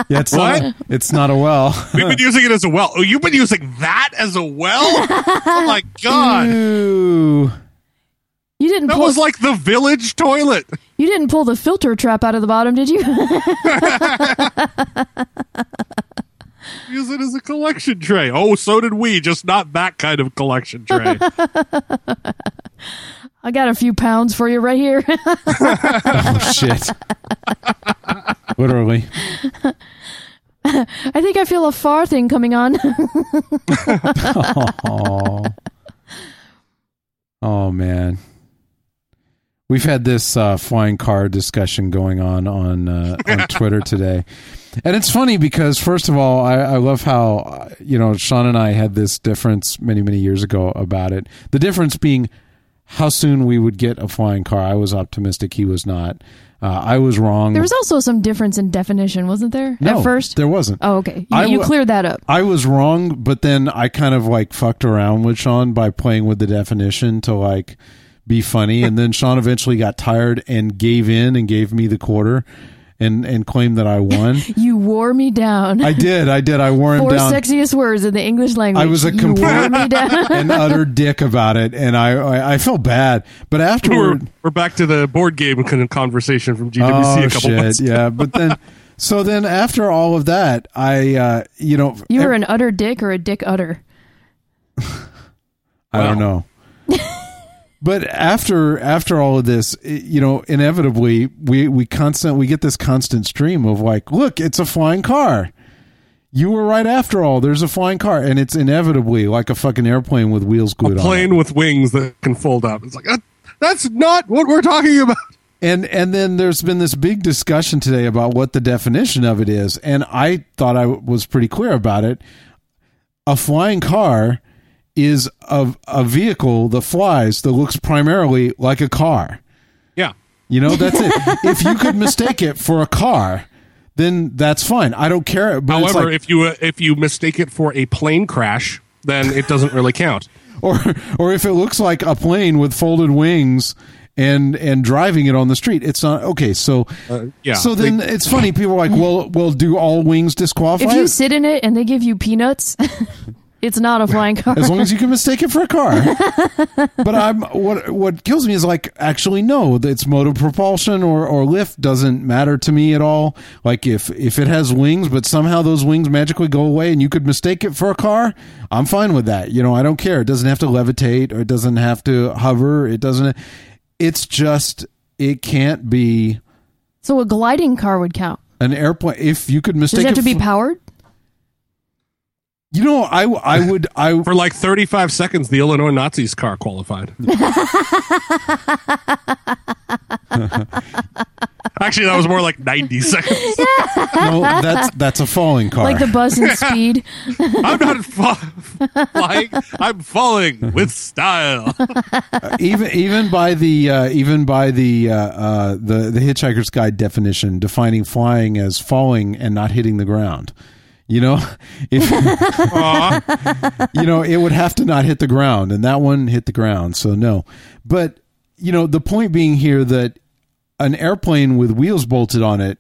[SPEAKER 2] it's, not a, it's not a well.
[SPEAKER 4] We've been using it as a well. Oh, you've been using that as a well? Oh my
[SPEAKER 3] Mm.
[SPEAKER 4] god,
[SPEAKER 2] Ooh.
[SPEAKER 3] you didn't
[SPEAKER 4] that
[SPEAKER 3] pull
[SPEAKER 4] was like the village toilet.
[SPEAKER 3] you didn't pull the filter trap out of the bottom, did you?
[SPEAKER 4] Use it as a collection tray. Oh, so did we, just not that kind of collection tray.
[SPEAKER 3] I got a few pounds for you right here.
[SPEAKER 2] Oh, shit. Literally.
[SPEAKER 3] I think I feel a far thing coming on.
[SPEAKER 2] Oh. oh man. We've had this uh, flying car discussion going on on uh, on Twitter today, and it's funny because first of all, I, I love how uh, you know Sean and I had this difference many many years ago about it. The difference being how soon we would get a flying car. I was optimistic; he was not. Uh, I was wrong.
[SPEAKER 3] there was also some difference in definition, wasn't there?
[SPEAKER 2] no,
[SPEAKER 3] at first.
[SPEAKER 2] there wasn't.
[SPEAKER 3] oh, okay. You,
[SPEAKER 2] I
[SPEAKER 3] you
[SPEAKER 2] wa-
[SPEAKER 3] cleared that up.
[SPEAKER 2] I was wrong, but then I kind of like fucked around with Sean by playing with the definition to like be funny, and then Sean eventually got tired and gave in and gave me the quarter and and claimed that I won.
[SPEAKER 3] You wore me down.
[SPEAKER 2] I did, I did, I wore him
[SPEAKER 3] Four
[SPEAKER 2] down
[SPEAKER 3] sexiest words in the English language.
[SPEAKER 2] I was a
[SPEAKER 3] You
[SPEAKER 2] complete-
[SPEAKER 3] wore me down.
[SPEAKER 2] and utter dick about it, and I I, I felt bad, but
[SPEAKER 4] we're,
[SPEAKER 2] afterward.
[SPEAKER 4] we're back to the board game kind of conversation from GWC a couple months.
[SPEAKER 2] Oh, yeah, but then. So then, after all of that, I, uh, you know,
[SPEAKER 3] You were an utter dick or a dick utter.
[SPEAKER 2] I don't
[SPEAKER 4] Wow.
[SPEAKER 2] know. but after after all of this, i- you know, inevitably we we constant we get this constant stream of like, look, it's a flying car. You were right after all. There's a flying car, and it's inevitably like a fucking airplane with wheels glued on.
[SPEAKER 4] Plane
[SPEAKER 2] It.
[SPEAKER 4] with wings that can fold up. It's like that, that's not what we're talking about.
[SPEAKER 2] And and then there's been this big discussion today about what the definition of it is, and I thought I w- was pretty clear about it. A flying car is a a vehicle that flies that looks primarily like a car.
[SPEAKER 4] Yeah,
[SPEAKER 2] You know, that's it. if you could mistake it for a car, then that's fine. I don't care. But it's
[SPEAKER 4] However,
[SPEAKER 2] like-
[SPEAKER 4] if you uh, if you mistake it for a plane crash, then it doesn't really count.
[SPEAKER 2] or or if it looks like a plane with folded wings and and driving it on the street, it's not okay. So
[SPEAKER 4] yeah.
[SPEAKER 2] So then it's funny. People are like, well, well, do all wings disqualify?
[SPEAKER 3] If you
[SPEAKER 2] it?
[SPEAKER 3] sit in it and they give you peanuts, it's not a flying car.
[SPEAKER 2] as long as you can mistake it for a car. but I'm what what kills me is like actually no, its mode of propulsion or or lift doesn't matter to me at all. Like if if it has wings, but somehow those wings magically go away and you could mistake it for a car, I'm fine with that. You know, I don't care. It doesn't have to levitate or it doesn't have to hover. It doesn't. It's just it can't be
[SPEAKER 3] so a gliding car would count.
[SPEAKER 2] an airplane. If you could mistake
[SPEAKER 3] Does it have
[SPEAKER 2] it
[SPEAKER 3] to be
[SPEAKER 2] for-
[SPEAKER 3] powered?
[SPEAKER 2] you know, I I would I
[SPEAKER 4] For like 35 seconds, the Illinois Nazis car qualified. Actually, that was more like 90 seconds.
[SPEAKER 2] no, that's that's a falling car.
[SPEAKER 3] Like the bus in speed.
[SPEAKER 4] I'm not fa- flying. I'm falling with style.
[SPEAKER 2] even even by the uh, even by the uh, uh, the the Hitchhiker's Guide definition, defining flying as falling and not hitting the ground. You know, if you know, it would have to not hit the ground, and that one hit the ground, so no. But you know, the point being here that an airplane with wheels bolted on it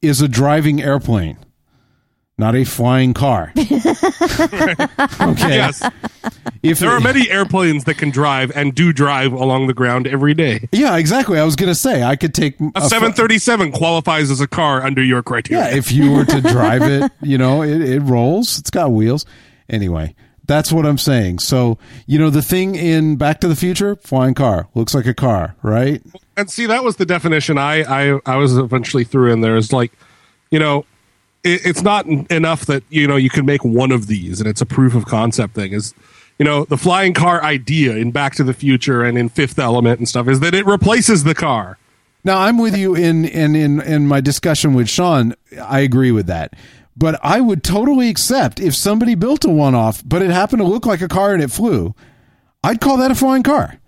[SPEAKER 2] is a driving airplane, not a flying car. okay.
[SPEAKER 4] Yes.
[SPEAKER 2] If
[SPEAKER 4] There
[SPEAKER 2] it-
[SPEAKER 4] are many airplanes that can drive and do drive along the ground every day.
[SPEAKER 2] Yeah, exactly. I was gonna say I could take
[SPEAKER 4] A
[SPEAKER 2] fl-
[SPEAKER 4] 737 qualifies as a car under your criteria.
[SPEAKER 2] Yeah, if you were to drive it, you know, it, it rolls. It's got wheels. Anyway, that's what I'm saying. So, you know, the thing in Back to the Future, flying car, looks like a car, right?
[SPEAKER 4] and see that was the definition I I, I was eventually threw in there is like, you know, it, it's not en- enough that you know you can make one of these and it's a proof of concept thing is. You know, the flying car idea in Back to the Future and in Fifth Element and stuff is that it replaces the car.
[SPEAKER 2] Now, I'm with you in in in in my discussion with Sean. I agree with that. But I would totally accept if somebody built a one-off, but it happened to look like a car and it flew. I'd call that a flying car.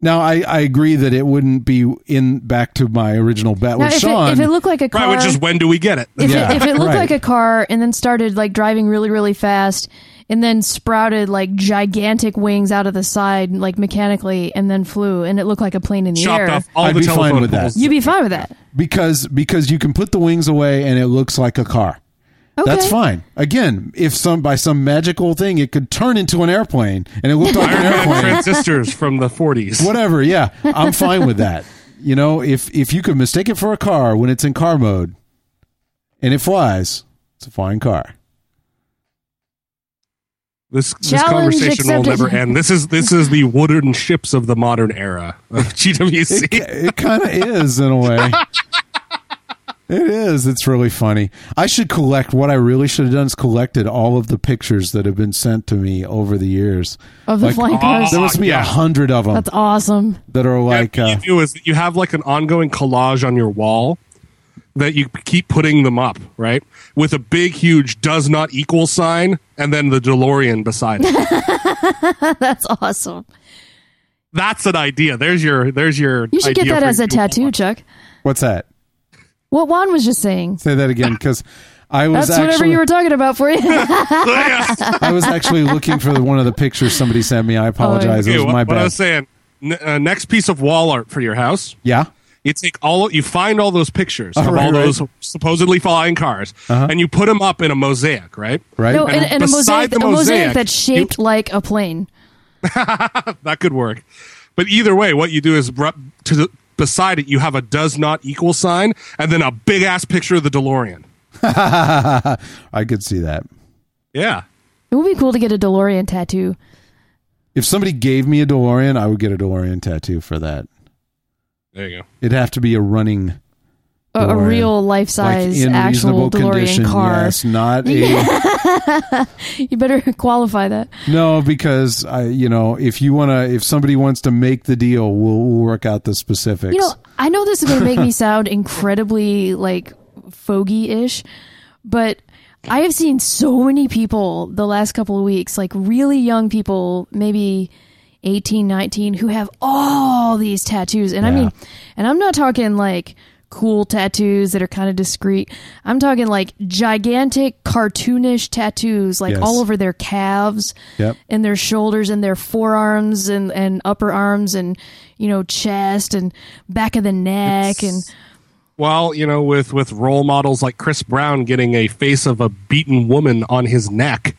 [SPEAKER 2] Now I, I agree that it wouldn't be in back to my original bet
[SPEAKER 3] Now,
[SPEAKER 2] with
[SPEAKER 3] if,
[SPEAKER 2] Sean.
[SPEAKER 3] it, if it looked like a car,
[SPEAKER 4] Right, which is when do we get it?
[SPEAKER 3] if,
[SPEAKER 2] Yeah,
[SPEAKER 3] it, if it looked
[SPEAKER 2] right.
[SPEAKER 3] like a car and then started like driving really really fast and then sprouted like gigantic wings out of the side like mechanically and then flew and it looked like a plane in the
[SPEAKER 4] Chopped
[SPEAKER 3] air
[SPEAKER 4] off all
[SPEAKER 2] I'd
[SPEAKER 4] the
[SPEAKER 2] be fine
[SPEAKER 4] telephone
[SPEAKER 2] with that.
[SPEAKER 4] poles.
[SPEAKER 3] you'd be fine with that
[SPEAKER 2] because because you can put the wings away and it looks like a car.
[SPEAKER 3] okay
[SPEAKER 2] That's fine. Again, if some by some magical thing it could turn into an airplane and it looked like an
[SPEAKER 4] Iron Man
[SPEAKER 2] airplane.
[SPEAKER 4] transistors from the 40s.
[SPEAKER 2] Whatever, yeah. I'm fine with that. You know, if if you could mistake it for a car when it's in car mode and it flies, it's a flying car.
[SPEAKER 4] This, this
[SPEAKER 3] Challenge
[SPEAKER 4] conversation will
[SPEAKER 3] accepted.
[SPEAKER 4] never end. This is this is the wooden ships of the modern era of GWC.
[SPEAKER 2] It, it kind of is in a way. It is. It's really funny. I should collect. What I really should have done is collected all of the pictures that have been sent to me over the years.
[SPEAKER 3] Of the
[SPEAKER 2] Like,
[SPEAKER 3] flying cars.
[SPEAKER 2] There must be a
[SPEAKER 4] Yeah.
[SPEAKER 2] hundred of them
[SPEAKER 3] that's awesome
[SPEAKER 2] that are like.
[SPEAKER 4] Yeah,
[SPEAKER 2] Uh,
[SPEAKER 4] what you do is you have like an ongoing collage on your wall that you keep putting them up, right? With a big, huge does not equal sign, and then the DeLorean beside it.
[SPEAKER 3] that's awesome
[SPEAKER 4] That's an idea. There's your there's your.
[SPEAKER 3] you should get
[SPEAKER 4] idea
[SPEAKER 3] that
[SPEAKER 4] for
[SPEAKER 3] as a
[SPEAKER 4] your
[SPEAKER 3] tattoo
[SPEAKER 4] wall.
[SPEAKER 3] chuck
[SPEAKER 2] what's that?
[SPEAKER 3] what juan was just saying
[SPEAKER 2] Say that again, because I was
[SPEAKER 3] that's whatever
[SPEAKER 2] actually
[SPEAKER 3] you were talking about for you
[SPEAKER 2] I was actually looking for the, one of the pictures somebody sent
[SPEAKER 3] Oh,
[SPEAKER 2] me. I apologize.
[SPEAKER 4] Okay,
[SPEAKER 2] it was
[SPEAKER 4] what,
[SPEAKER 2] my
[SPEAKER 4] what I
[SPEAKER 2] bad.
[SPEAKER 4] was saying. N- uh, next piece of wall art for your house.
[SPEAKER 2] Yeah.
[SPEAKER 4] You take all you find all those pictures
[SPEAKER 2] Oh,
[SPEAKER 4] of
[SPEAKER 2] right,
[SPEAKER 4] all
[SPEAKER 2] right. Uh-huh.
[SPEAKER 4] those supposedly flying cars, and you put them up in a mosaic, right?
[SPEAKER 2] Right.
[SPEAKER 3] no and, and a mosaic
[SPEAKER 4] beside the
[SPEAKER 3] a mosaic
[SPEAKER 4] mosaic,
[SPEAKER 3] that's shaped like a plane
[SPEAKER 4] that could work. But either way, what you do is ru- to the, beside it, you have a does not equal sign, and then a big ass picture of the DeLorean.
[SPEAKER 2] I could see that.
[SPEAKER 4] Yeah,
[SPEAKER 3] it would be cool to get a delorean tattoo
[SPEAKER 2] If somebody gave me a DeLorean, I would get a DeLorean tattoo for that.
[SPEAKER 4] there you go.
[SPEAKER 2] It'd have to be a running
[SPEAKER 3] a, a
[SPEAKER 2] DeLorean.
[SPEAKER 3] real life size actual DeLorean car.
[SPEAKER 2] Yes, not a
[SPEAKER 3] You better qualify that.
[SPEAKER 2] no, because I, you know, if you wanna, if somebody wants to make the deal, we'll, we'll work out the specifics.
[SPEAKER 3] You know, I know this is going to make me sound incredibly like fogey-ish, but I have seen so many people the last couple of weeks, like really young people, maybe 18, 19, who have all these tattoos. And I
[SPEAKER 2] Yeah.
[SPEAKER 3] mean, and I'm not talking like cool tattoos that are kind of discreet. I'm talking like gigantic cartoonish tattoos like
[SPEAKER 2] Yes.
[SPEAKER 3] all over their calves
[SPEAKER 2] Yep.
[SPEAKER 3] and their shoulders and their forearms and, and upper arms and you know chest and back of the neck and
[SPEAKER 4] Well, you know, with with role models like Chris Brown getting a face of a beaten woman on his neck,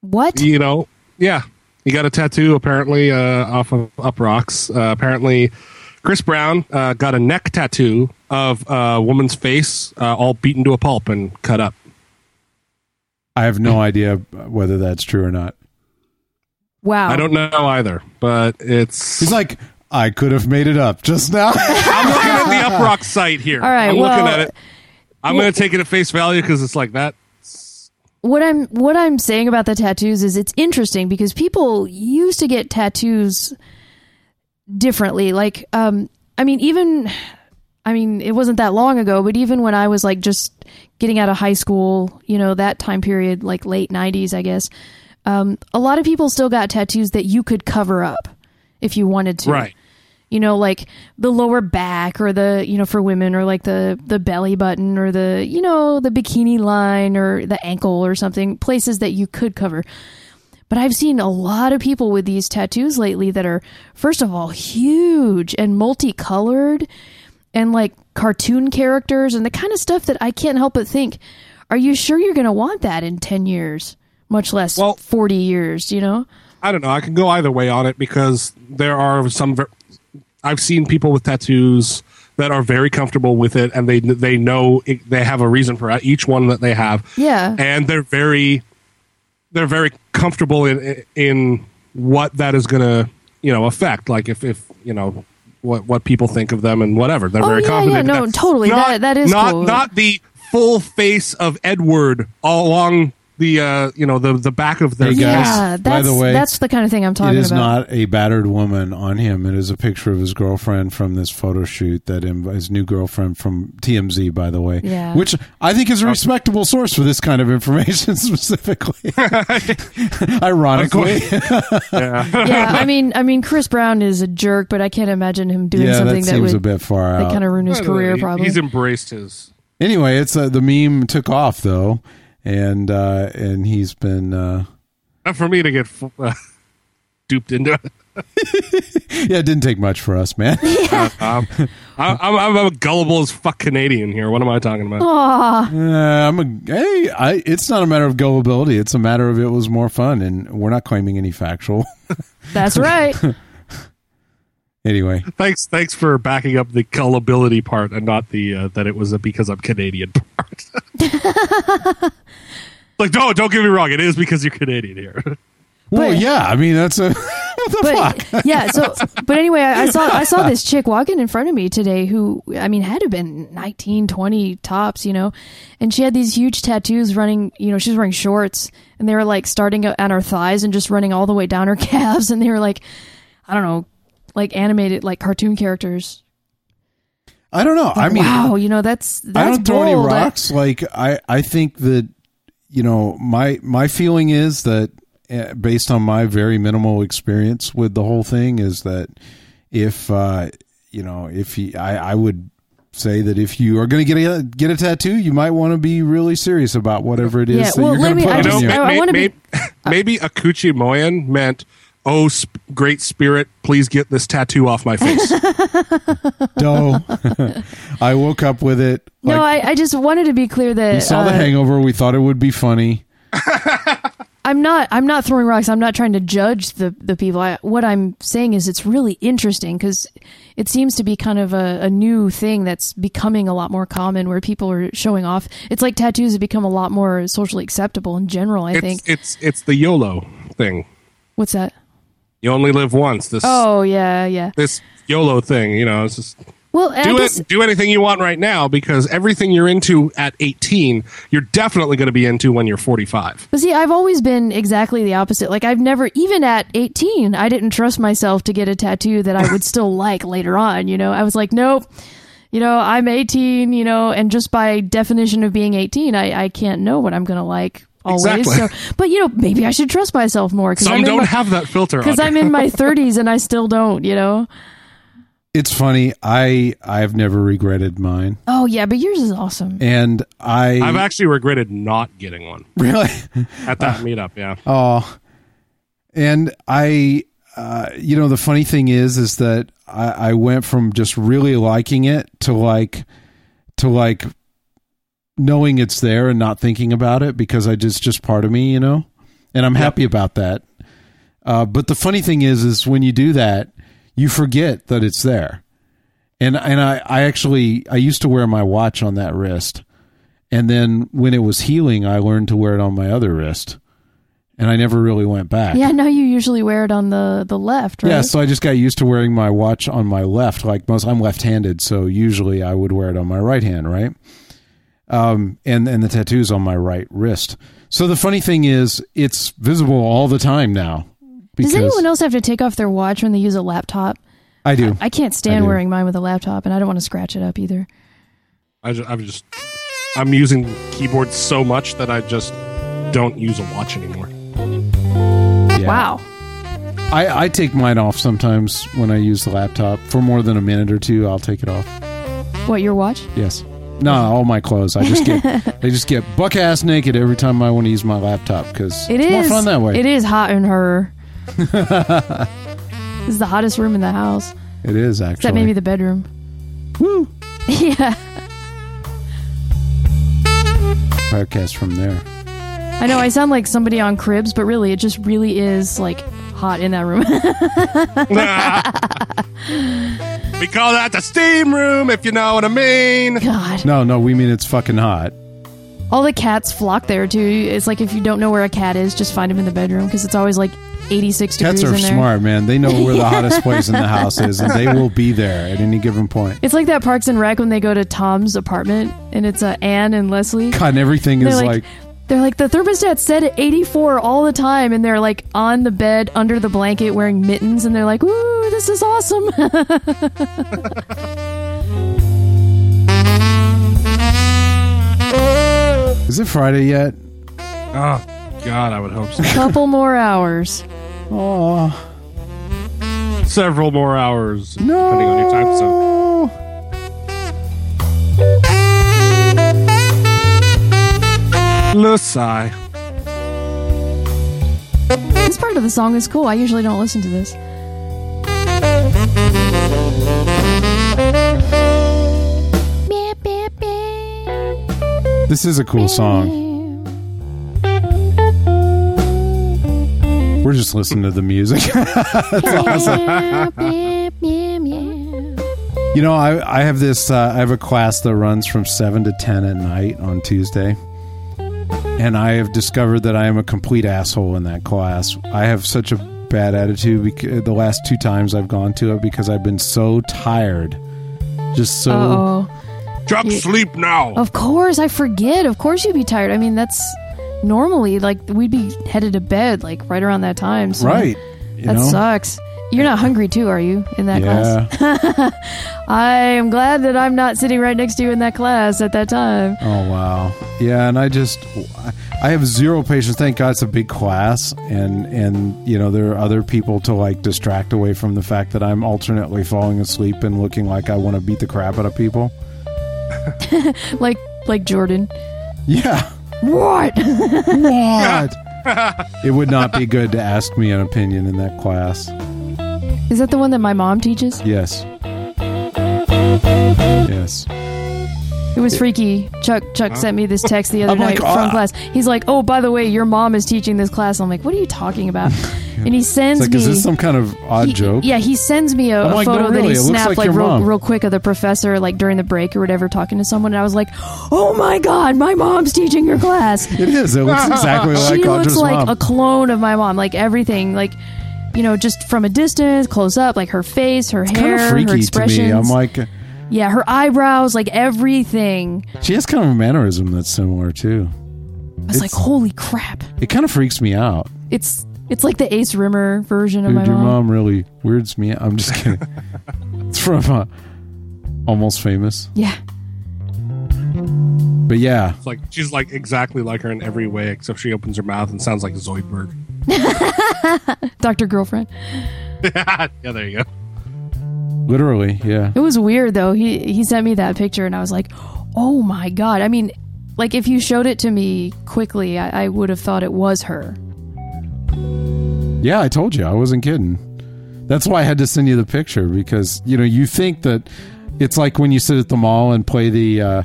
[SPEAKER 3] what
[SPEAKER 4] you know, yeah, he got a tattoo apparently uh, off of Up Rocks. Uh, apparently, Chris Brown uh, got a neck tattoo of a woman's face, uh, all beaten to a pulp and cut up.
[SPEAKER 2] I have no idea whether that's true or not.
[SPEAKER 3] wow
[SPEAKER 4] I don't know either, but it's
[SPEAKER 2] He's like, I could have made it up just now.
[SPEAKER 4] I'm looking at the
[SPEAKER 2] "Ah!"
[SPEAKER 4] Uprock site here.
[SPEAKER 3] All right,
[SPEAKER 4] I'm
[SPEAKER 3] well-
[SPEAKER 4] looking at it. I'm going to take it at face value because it's like that.
[SPEAKER 3] what I'm what I'm saying about the tattoos is it's interesting because people used to get tattoos differently. Like, um, I mean, even I mean, it wasn't that long ago, but even when I was like just getting out of high school, you know, that time period, like late '90s, I guess, um, a lot of people still got tattoos that you could cover up if you wanted to,
[SPEAKER 4] Right.
[SPEAKER 3] you know like the lower back or the you know for women or like the the belly button or the you know the bikini line or the ankle or something places that you could cover but i've seen a lot of people with these tattoos lately that are first of all huge and multicolored and like cartoon characters and the kind of stuff that i can't help but think are you sure you're going to want that in 10 years much less
[SPEAKER 4] Well-
[SPEAKER 3] 40 years you know
[SPEAKER 4] I don't know. I can go either way on it because there are some. Ver- I've seen people with tattoos that are very comfortable with it, and they they know it, they have a reason for e-, each one that they have.
[SPEAKER 3] Yeah.
[SPEAKER 4] and they're very they're very comfortable in in what that is going to you know affect. Like if if you know. What, what people think of them and whatever they're
[SPEAKER 3] Oh,
[SPEAKER 4] very
[SPEAKER 3] yeah,
[SPEAKER 4] confident.
[SPEAKER 3] yeah,
[SPEAKER 4] in
[SPEAKER 3] no,
[SPEAKER 4] that.
[SPEAKER 3] totally.
[SPEAKER 4] Not-
[SPEAKER 3] That- that is
[SPEAKER 4] not
[SPEAKER 3] cool.
[SPEAKER 4] not the full face of Edward all along the uh, you know the the back of their
[SPEAKER 2] Hey, guys. by
[SPEAKER 3] yeah, Ah, that's
[SPEAKER 2] the way,
[SPEAKER 3] that's the kind of thing I'm
[SPEAKER 2] It
[SPEAKER 3] talking
[SPEAKER 2] is
[SPEAKER 3] about.
[SPEAKER 2] not a battered woman on him. It is a picture of his girlfriend from this photo shoot that inv- his new girlfriend from TMZ, by the way,
[SPEAKER 3] Yeah.
[SPEAKER 2] which I think is a respectable source for this kind of information specifically. Ironically,
[SPEAKER 3] yeah, I mean, I mean, Chris Brown is a jerk, but I can't imagine him doing
[SPEAKER 2] yeah, that
[SPEAKER 3] something that,
[SPEAKER 2] seems
[SPEAKER 3] would
[SPEAKER 2] a bit far
[SPEAKER 3] that
[SPEAKER 2] out.
[SPEAKER 3] kind of ruin his
[SPEAKER 4] By the way,
[SPEAKER 3] career.
[SPEAKER 4] he-
[SPEAKER 3] probably.
[SPEAKER 4] He's embraced his.
[SPEAKER 2] anyway, it's uh, the meme took off though, and uh, and he's been. Uh,
[SPEAKER 4] Not for me to get uh, duped into.
[SPEAKER 2] yeah, it didn't take much for us, man.
[SPEAKER 4] Um, I, I'm, I'm a gullible as fuck Canadian here. What am I talking about?
[SPEAKER 3] Oh. Aw,
[SPEAKER 2] Uh, I'm a hey. I, it's not a matter of gullibility. It's a matter of it was more fun, and we're not claiming any factual.
[SPEAKER 3] that's right.
[SPEAKER 2] anyway,
[SPEAKER 4] Thanks, thanks for backing up the gullibility part and not the uh, that it was a because I'm Canadian part. like, no, don't get me wrong. It is because you're Canadian here.
[SPEAKER 2] well,
[SPEAKER 3] But-
[SPEAKER 2] yeah. I mean, that's a what the
[SPEAKER 3] But
[SPEAKER 2] fuck.
[SPEAKER 3] yeah, so but anyway, I, I saw I saw this chick walking in front of me today who I mean had to have been 19, 20 tops, you know. And she had these huge tattoos running, you know, she was wearing shorts and they were like starting at her thighs and just running all the way down her calves and they were like I don't know, like animated like cartoon characters.
[SPEAKER 2] I don't know. I mean,
[SPEAKER 3] wow, you know, that's that's
[SPEAKER 2] I don't throw any
[SPEAKER 3] bold. I-
[SPEAKER 2] rocks. like I, I think that you know my my feeling is that uh, based on my very minimal experience with the whole thing is that if uh, you know if you, I I would say that if you are going to get a get a tattoo, you might want to be really serious about whatever it is
[SPEAKER 3] Yeah,
[SPEAKER 2] that
[SPEAKER 3] well,
[SPEAKER 2] you're
[SPEAKER 3] let
[SPEAKER 2] going to
[SPEAKER 3] me-
[SPEAKER 2] put
[SPEAKER 3] I
[SPEAKER 2] on
[SPEAKER 3] just-
[SPEAKER 2] you.
[SPEAKER 3] I- wanna be-
[SPEAKER 4] maybe Akuchi Moyen meant, "Oh, sp- great spirit, please get this tattoo off my face."
[SPEAKER 2] No. I woke up with it.
[SPEAKER 3] no,
[SPEAKER 2] like,
[SPEAKER 3] I, I just wanted to be clear that
[SPEAKER 2] we saw The
[SPEAKER 3] uh,
[SPEAKER 2] Hangover. We thought it would be funny.
[SPEAKER 3] I'm not. I'm not throwing rocks. I'm not trying to judge the the people. I, what I'm saying is, it's really interesting because it seems to be kind of a, a new thing that's becoming a lot more common, where people are showing off. It's like tattoos have become a lot more socially acceptable in general. I think.
[SPEAKER 4] it's, it's it's the YOLO thing.
[SPEAKER 3] What's that?
[SPEAKER 4] You only live once. This
[SPEAKER 3] Oh yeah, yeah.
[SPEAKER 4] this YOLO thing. You know, it's just
[SPEAKER 3] Well, and
[SPEAKER 4] do
[SPEAKER 3] I guess,
[SPEAKER 4] it. Do anything you want right now because everything you're into at 18, you're definitely going to be into when you're 45.
[SPEAKER 3] But see, I've always been exactly the opposite. Like I've never, even at 18, I didn't trust myself to get a tattoo that I would still like later on. You know, I was like, nope. You know, I'm 18. You know, and just by definition of being 18, I, I can't know what I'm gonna like always.
[SPEAKER 4] Exactly.
[SPEAKER 3] So, but you know, maybe I should trust myself more because
[SPEAKER 4] Some
[SPEAKER 3] I'm
[SPEAKER 4] don't
[SPEAKER 3] in my,
[SPEAKER 4] have that filter.
[SPEAKER 3] because
[SPEAKER 4] on.
[SPEAKER 3] I'm in my 30s and I still don't. You know.
[SPEAKER 2] It's funny. I I've never regretted mine,
[SPEAKER 3] Oh yeah, but yours is awesome.
[SPEAKER 2] and I
[SPEAKER 4] I've actually regretted not getting one
[SPEAKER 2] really
[SPEAKER 4] at that meetup. Yeah,
[SPEAKER 2] Oh, and I, uh, you know, the funny thing is, is that I, I went from just really liking it to like, to like knowing it's there and not thinking about it because I just just part of me, you know, and I'm happy about that. Uh, but the funny thing is, is when you do that, you forget that it's there. And and I, I actually I used to wear my watch on that wrist, and then when it was healing, I learned to wear it on my other wrist, and I never really went back.
[SPEAKER 3] Yeah, now you usually wear it on the the left, right?
[SPEAKER 2] Yeah, so I just got used to wearing my watch on my left. Like most, I'm left-handed, so usually I would wear it on my right hand, right? Um, and and the tattoos on my right wrist. So the funny thing is, it's visible all the time now. Because
[SPEAKER 3] Does anyone else have to take off their watch when they use a laptop?
[SPEAKER 2] I do.
[SPEAKER 3] I can't
[SPEAKER 2] I
[SPEAKER 3] stand
[SPEAKER 2] do.
[SPEAKER 3] wearing mine with a laptop, and I don't want to scratch it up either.
[SPEAKER 4] I just, I'm just I'm using keyboards so much that I just don't use a watch anymore.
[SPEAKER 2] Yeah.
[SPEAKER 3] Wow.
[SPEAKER 2] I, I take mine off sometimes when I use the laptop for more than a minute or two. I'll take it off.
[SPEAKER 3] What your watch?
[SPEAKER 2] Yes. No, all my clothes. I just get I just get buck ass naked every time I want to use my laptop because
[SPEAKER 3] It
[SPEAKER 2] it's
[SPEAKER 3] is
[SPEAKER 2] more fun that way.
[SPEAKER 3] It is hot in her. this is the hottest room in the house,
[SPEAKER 2] It is actually.
[SPEAKER 3] except maybe the bedroom.
[SPEAKER 2] Woo!
[SPEAKER 3] yeah,
[SPEAKER 2] podcast from there.
[SPEAKER 3] I know. I sound like somebody on Cribs, but really, it just really is like hot in that room.
[SPEAKER 4] we call that the steam room, if you know what I mean.
[SPEAKER 3] God,
[SPEAKER 2] No, no, we mean it's fucking hot.
[SPEAKER 3] all the cats flock there too. It's like if you don't know where a cat is, just find him in the bedroom because it's always like 86
[SPEAKER 2] Cats
[SPEAKER 3] degrees
[SPEAKER 2] are
[SPEAKER 3] in there.
[SPEAKER 2] smart, man. They know where the hottest place in the house is, and they will be there at any given point.
[SPEAKER 3] It's like that Parks and Rec when they go to Tom's apartment and it's uh, Anne and Leslie.
[SPEAKER 2] God, and everything
[SPEAKER 3] They're
[SPEAKER 2] is
[SPEAKER 3] like,
[SPEAKER 2] like,
[SPEAKER 3] They're like the thermostat said 84 all the time, and they're like on the bed under the blanket wearing mittens, and they're like, "Ooh, this is awesome."
[SPEAKER 2] Is it Friday yet?
[SPEAKER 4] Oh, God, I would hope so.
[SPEAKER 3] Couple more hours.
[SPEAKER 2] Oh
[SPEAKER 4] Several more hours,
[SPEAKER 2] no!
[SPEAKER 4] depending on your time zone. Little sigh.
[SPEAKER 3] This part of the song is cool. I usually don't listen to this.
[SPEAKER 2] This is a cool song. We're just listening to the music. you know, I, I have this. Uh, I have a class that runs from seven to ten at night on Tuesday, and I have discovered that I am a complete asshole in that class. I have such a bad attitude because the last two times I've gone to it because I've been so tired, just so.
[SPEAKER 3] Oh,
[SPEAKER 4] Drop
[SPEAKER 3] Yeah. Oh.
[SPEAKER 4] sleep now.
[SPEAKER 3] of course I forget. Of course you'd be tired. I mean, that's normally like we'd be headed to bed like right around that time. So
[SPEAKER 2] Right. You
[SPEAKER 3] that
[SPEAKER 2] know?
[SPEAKER 3] sucks. You're not hungry too, are you? In that class,
[SPEAKER 2] Yeah.
[SPEAKER 3] I am glad that I'm not sitting right next to you in that class at that time.
[SPEAKER 2] Oh wow. Yeah, and I just I- I have zero patience. Thank God it's a big class and and you know there are other people to like distract away from the fact that I'm alternately falling asleep and looking like I want to beat the crap out of people.
[SPEAKER 3] Like, like Jordan.
[SPEAKER 2] Yeah.
[SPEAKER 3] What?
[SPEAKER 2] What? it would not be good to ask me an opinion in that class.
[SPEAKER 3] Is that the one that my mom teaches?
[SPEAKER 2] Yes. Yes.
[SPEAKER 3] It was freaky. Chuck Chuck sent me this text the other
[SPEAKER 2] I'm like,
[SPEAKER 3] night from
[SPEAKER 2] "Ah."
[SPEAKER 3] class. He's like, "Oh, by the way, your mom is teaching this class." I'm like, "What are you talking about?" And he sends
[SPEAKER 2] It's like
[SPEAKER 3] me.
[SPEAKER 2] is this some kind of odd
[SPEAKER 3] he-
[SPEAKER 2] joke?
[SPEAKER 3] Yeah, he sends me a,
[SPEAKER 2] I'm
[SPEAKER 3] a
[SPEAKER 2] like, "No,
[SPEAKER 3] photo that
[SPEAKER 2] really,
[SPEAKER 3] he
[SPEAKER 2] it looks
[SPEAKER 3] snapped
[SPEAKER 2] like
[SPEAKER 3] like,
[SPEAKER 2] your
[SPEAKER 3] real,
[SPEAKER 2] mom.
[SPEAKER 3] real quick of the professor like during the break or whatever talking to someone and I was like, "Oh my god, my mom's teaching your class."
[SPEAKER 2] It is. It looks exactly like
[SPEAKER 3] she looks
[SPEAKER 2] Audra's
[SPEAKER 3] like
[SPEAKER 2] mom.
[SPEAKER 3] a clone of my mom. Like everything, like you know, just from a distance, close up, like her face, her
[SPEAKER 2] kind
[SPEAKER 3] hair,
[SPEAKER 2] of
[SPEAKER 3] her
[SPEAKER 2] freaky to
[SPEAKER 3] expressions.
[SPEAKER 2] me. I'm like
[SPEAKER 3] yeah, her eyebrows, like everything.
[SPEAKER 2] She has kind of a mannerism that's similar too.
[SPEAKER 3] I was like, "Holy crap."
[SPEAKER 2] It kind of freaks me out.
[SPEAKER 3] It's it's like the Ace Rimmer version of
[SPEAKER 2] Dude,
[SPEAKER 3] my
[SPEAKER 2] your
[SPEAKER 3] mom.
[SPEAKER 2] mom really weirds me out. I'm just kidding. it's from uh, Almost Famous.
[SPEAKER 3] Yeah.
[SPEAKER 2] But yeah,
[SPEAKER 4] It's like she's like exactly like her in every way, except she opens her mouth and sounds like Zoidberg.
[SPEAKER 3] Dr. Girlfriend.
[SPEAKER 4] yeah, there you go.
[SPEAKER 2] literally, yeah.
[SPEAKER 3] It was weird though. He he sent me that picture and I was like, "Oh my god." I mean, like if you showed it to me quickly, I, I would have thought it was her.
[SPEAKER 2] Yeah, I told you. I wasn't kidding. That's why I had to send you the picture because, you know, you think that it's like when you sit at the mall and play the, uh,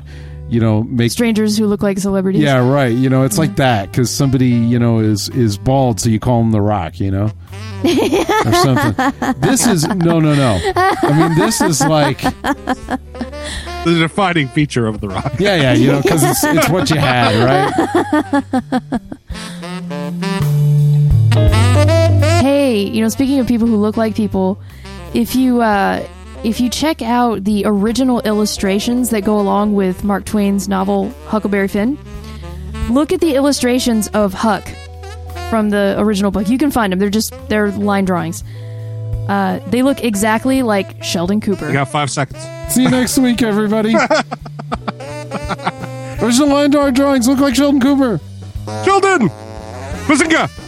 [SPEAKER 2] you know, make.
[SPEAKER 3] Strangers who look like celebrities.
[SPEAKER 2] Yeah, right. You know, it's like that because somebody, you know, is is bald, so you call him the Rock, you know, or something. This is no, no, no. I mean, this is like
[SPEAKER 4] The defining feature of The Rock.
[SPEAKER 2] Yeah, yeah, you know, because it's, it's what you had, right?
[SPEAKER 3] Hey, you know, speaking of people who look like people, if you uh if you check out the original illustrations that go along with Mark Twain's novel Huckleberry Finn, look at the illustrations of Huck from the original book. You can find them. They're just they're line drawings. Uh, they look exactly like Sheldon Cooper.
[SPEAKER 4] You got five seconds.
[SPEAKER 2] See you next week, everybody. Original line drawings look like Sheldon Cooper.
[SPEAKER 4] Sheldon! Bazinga!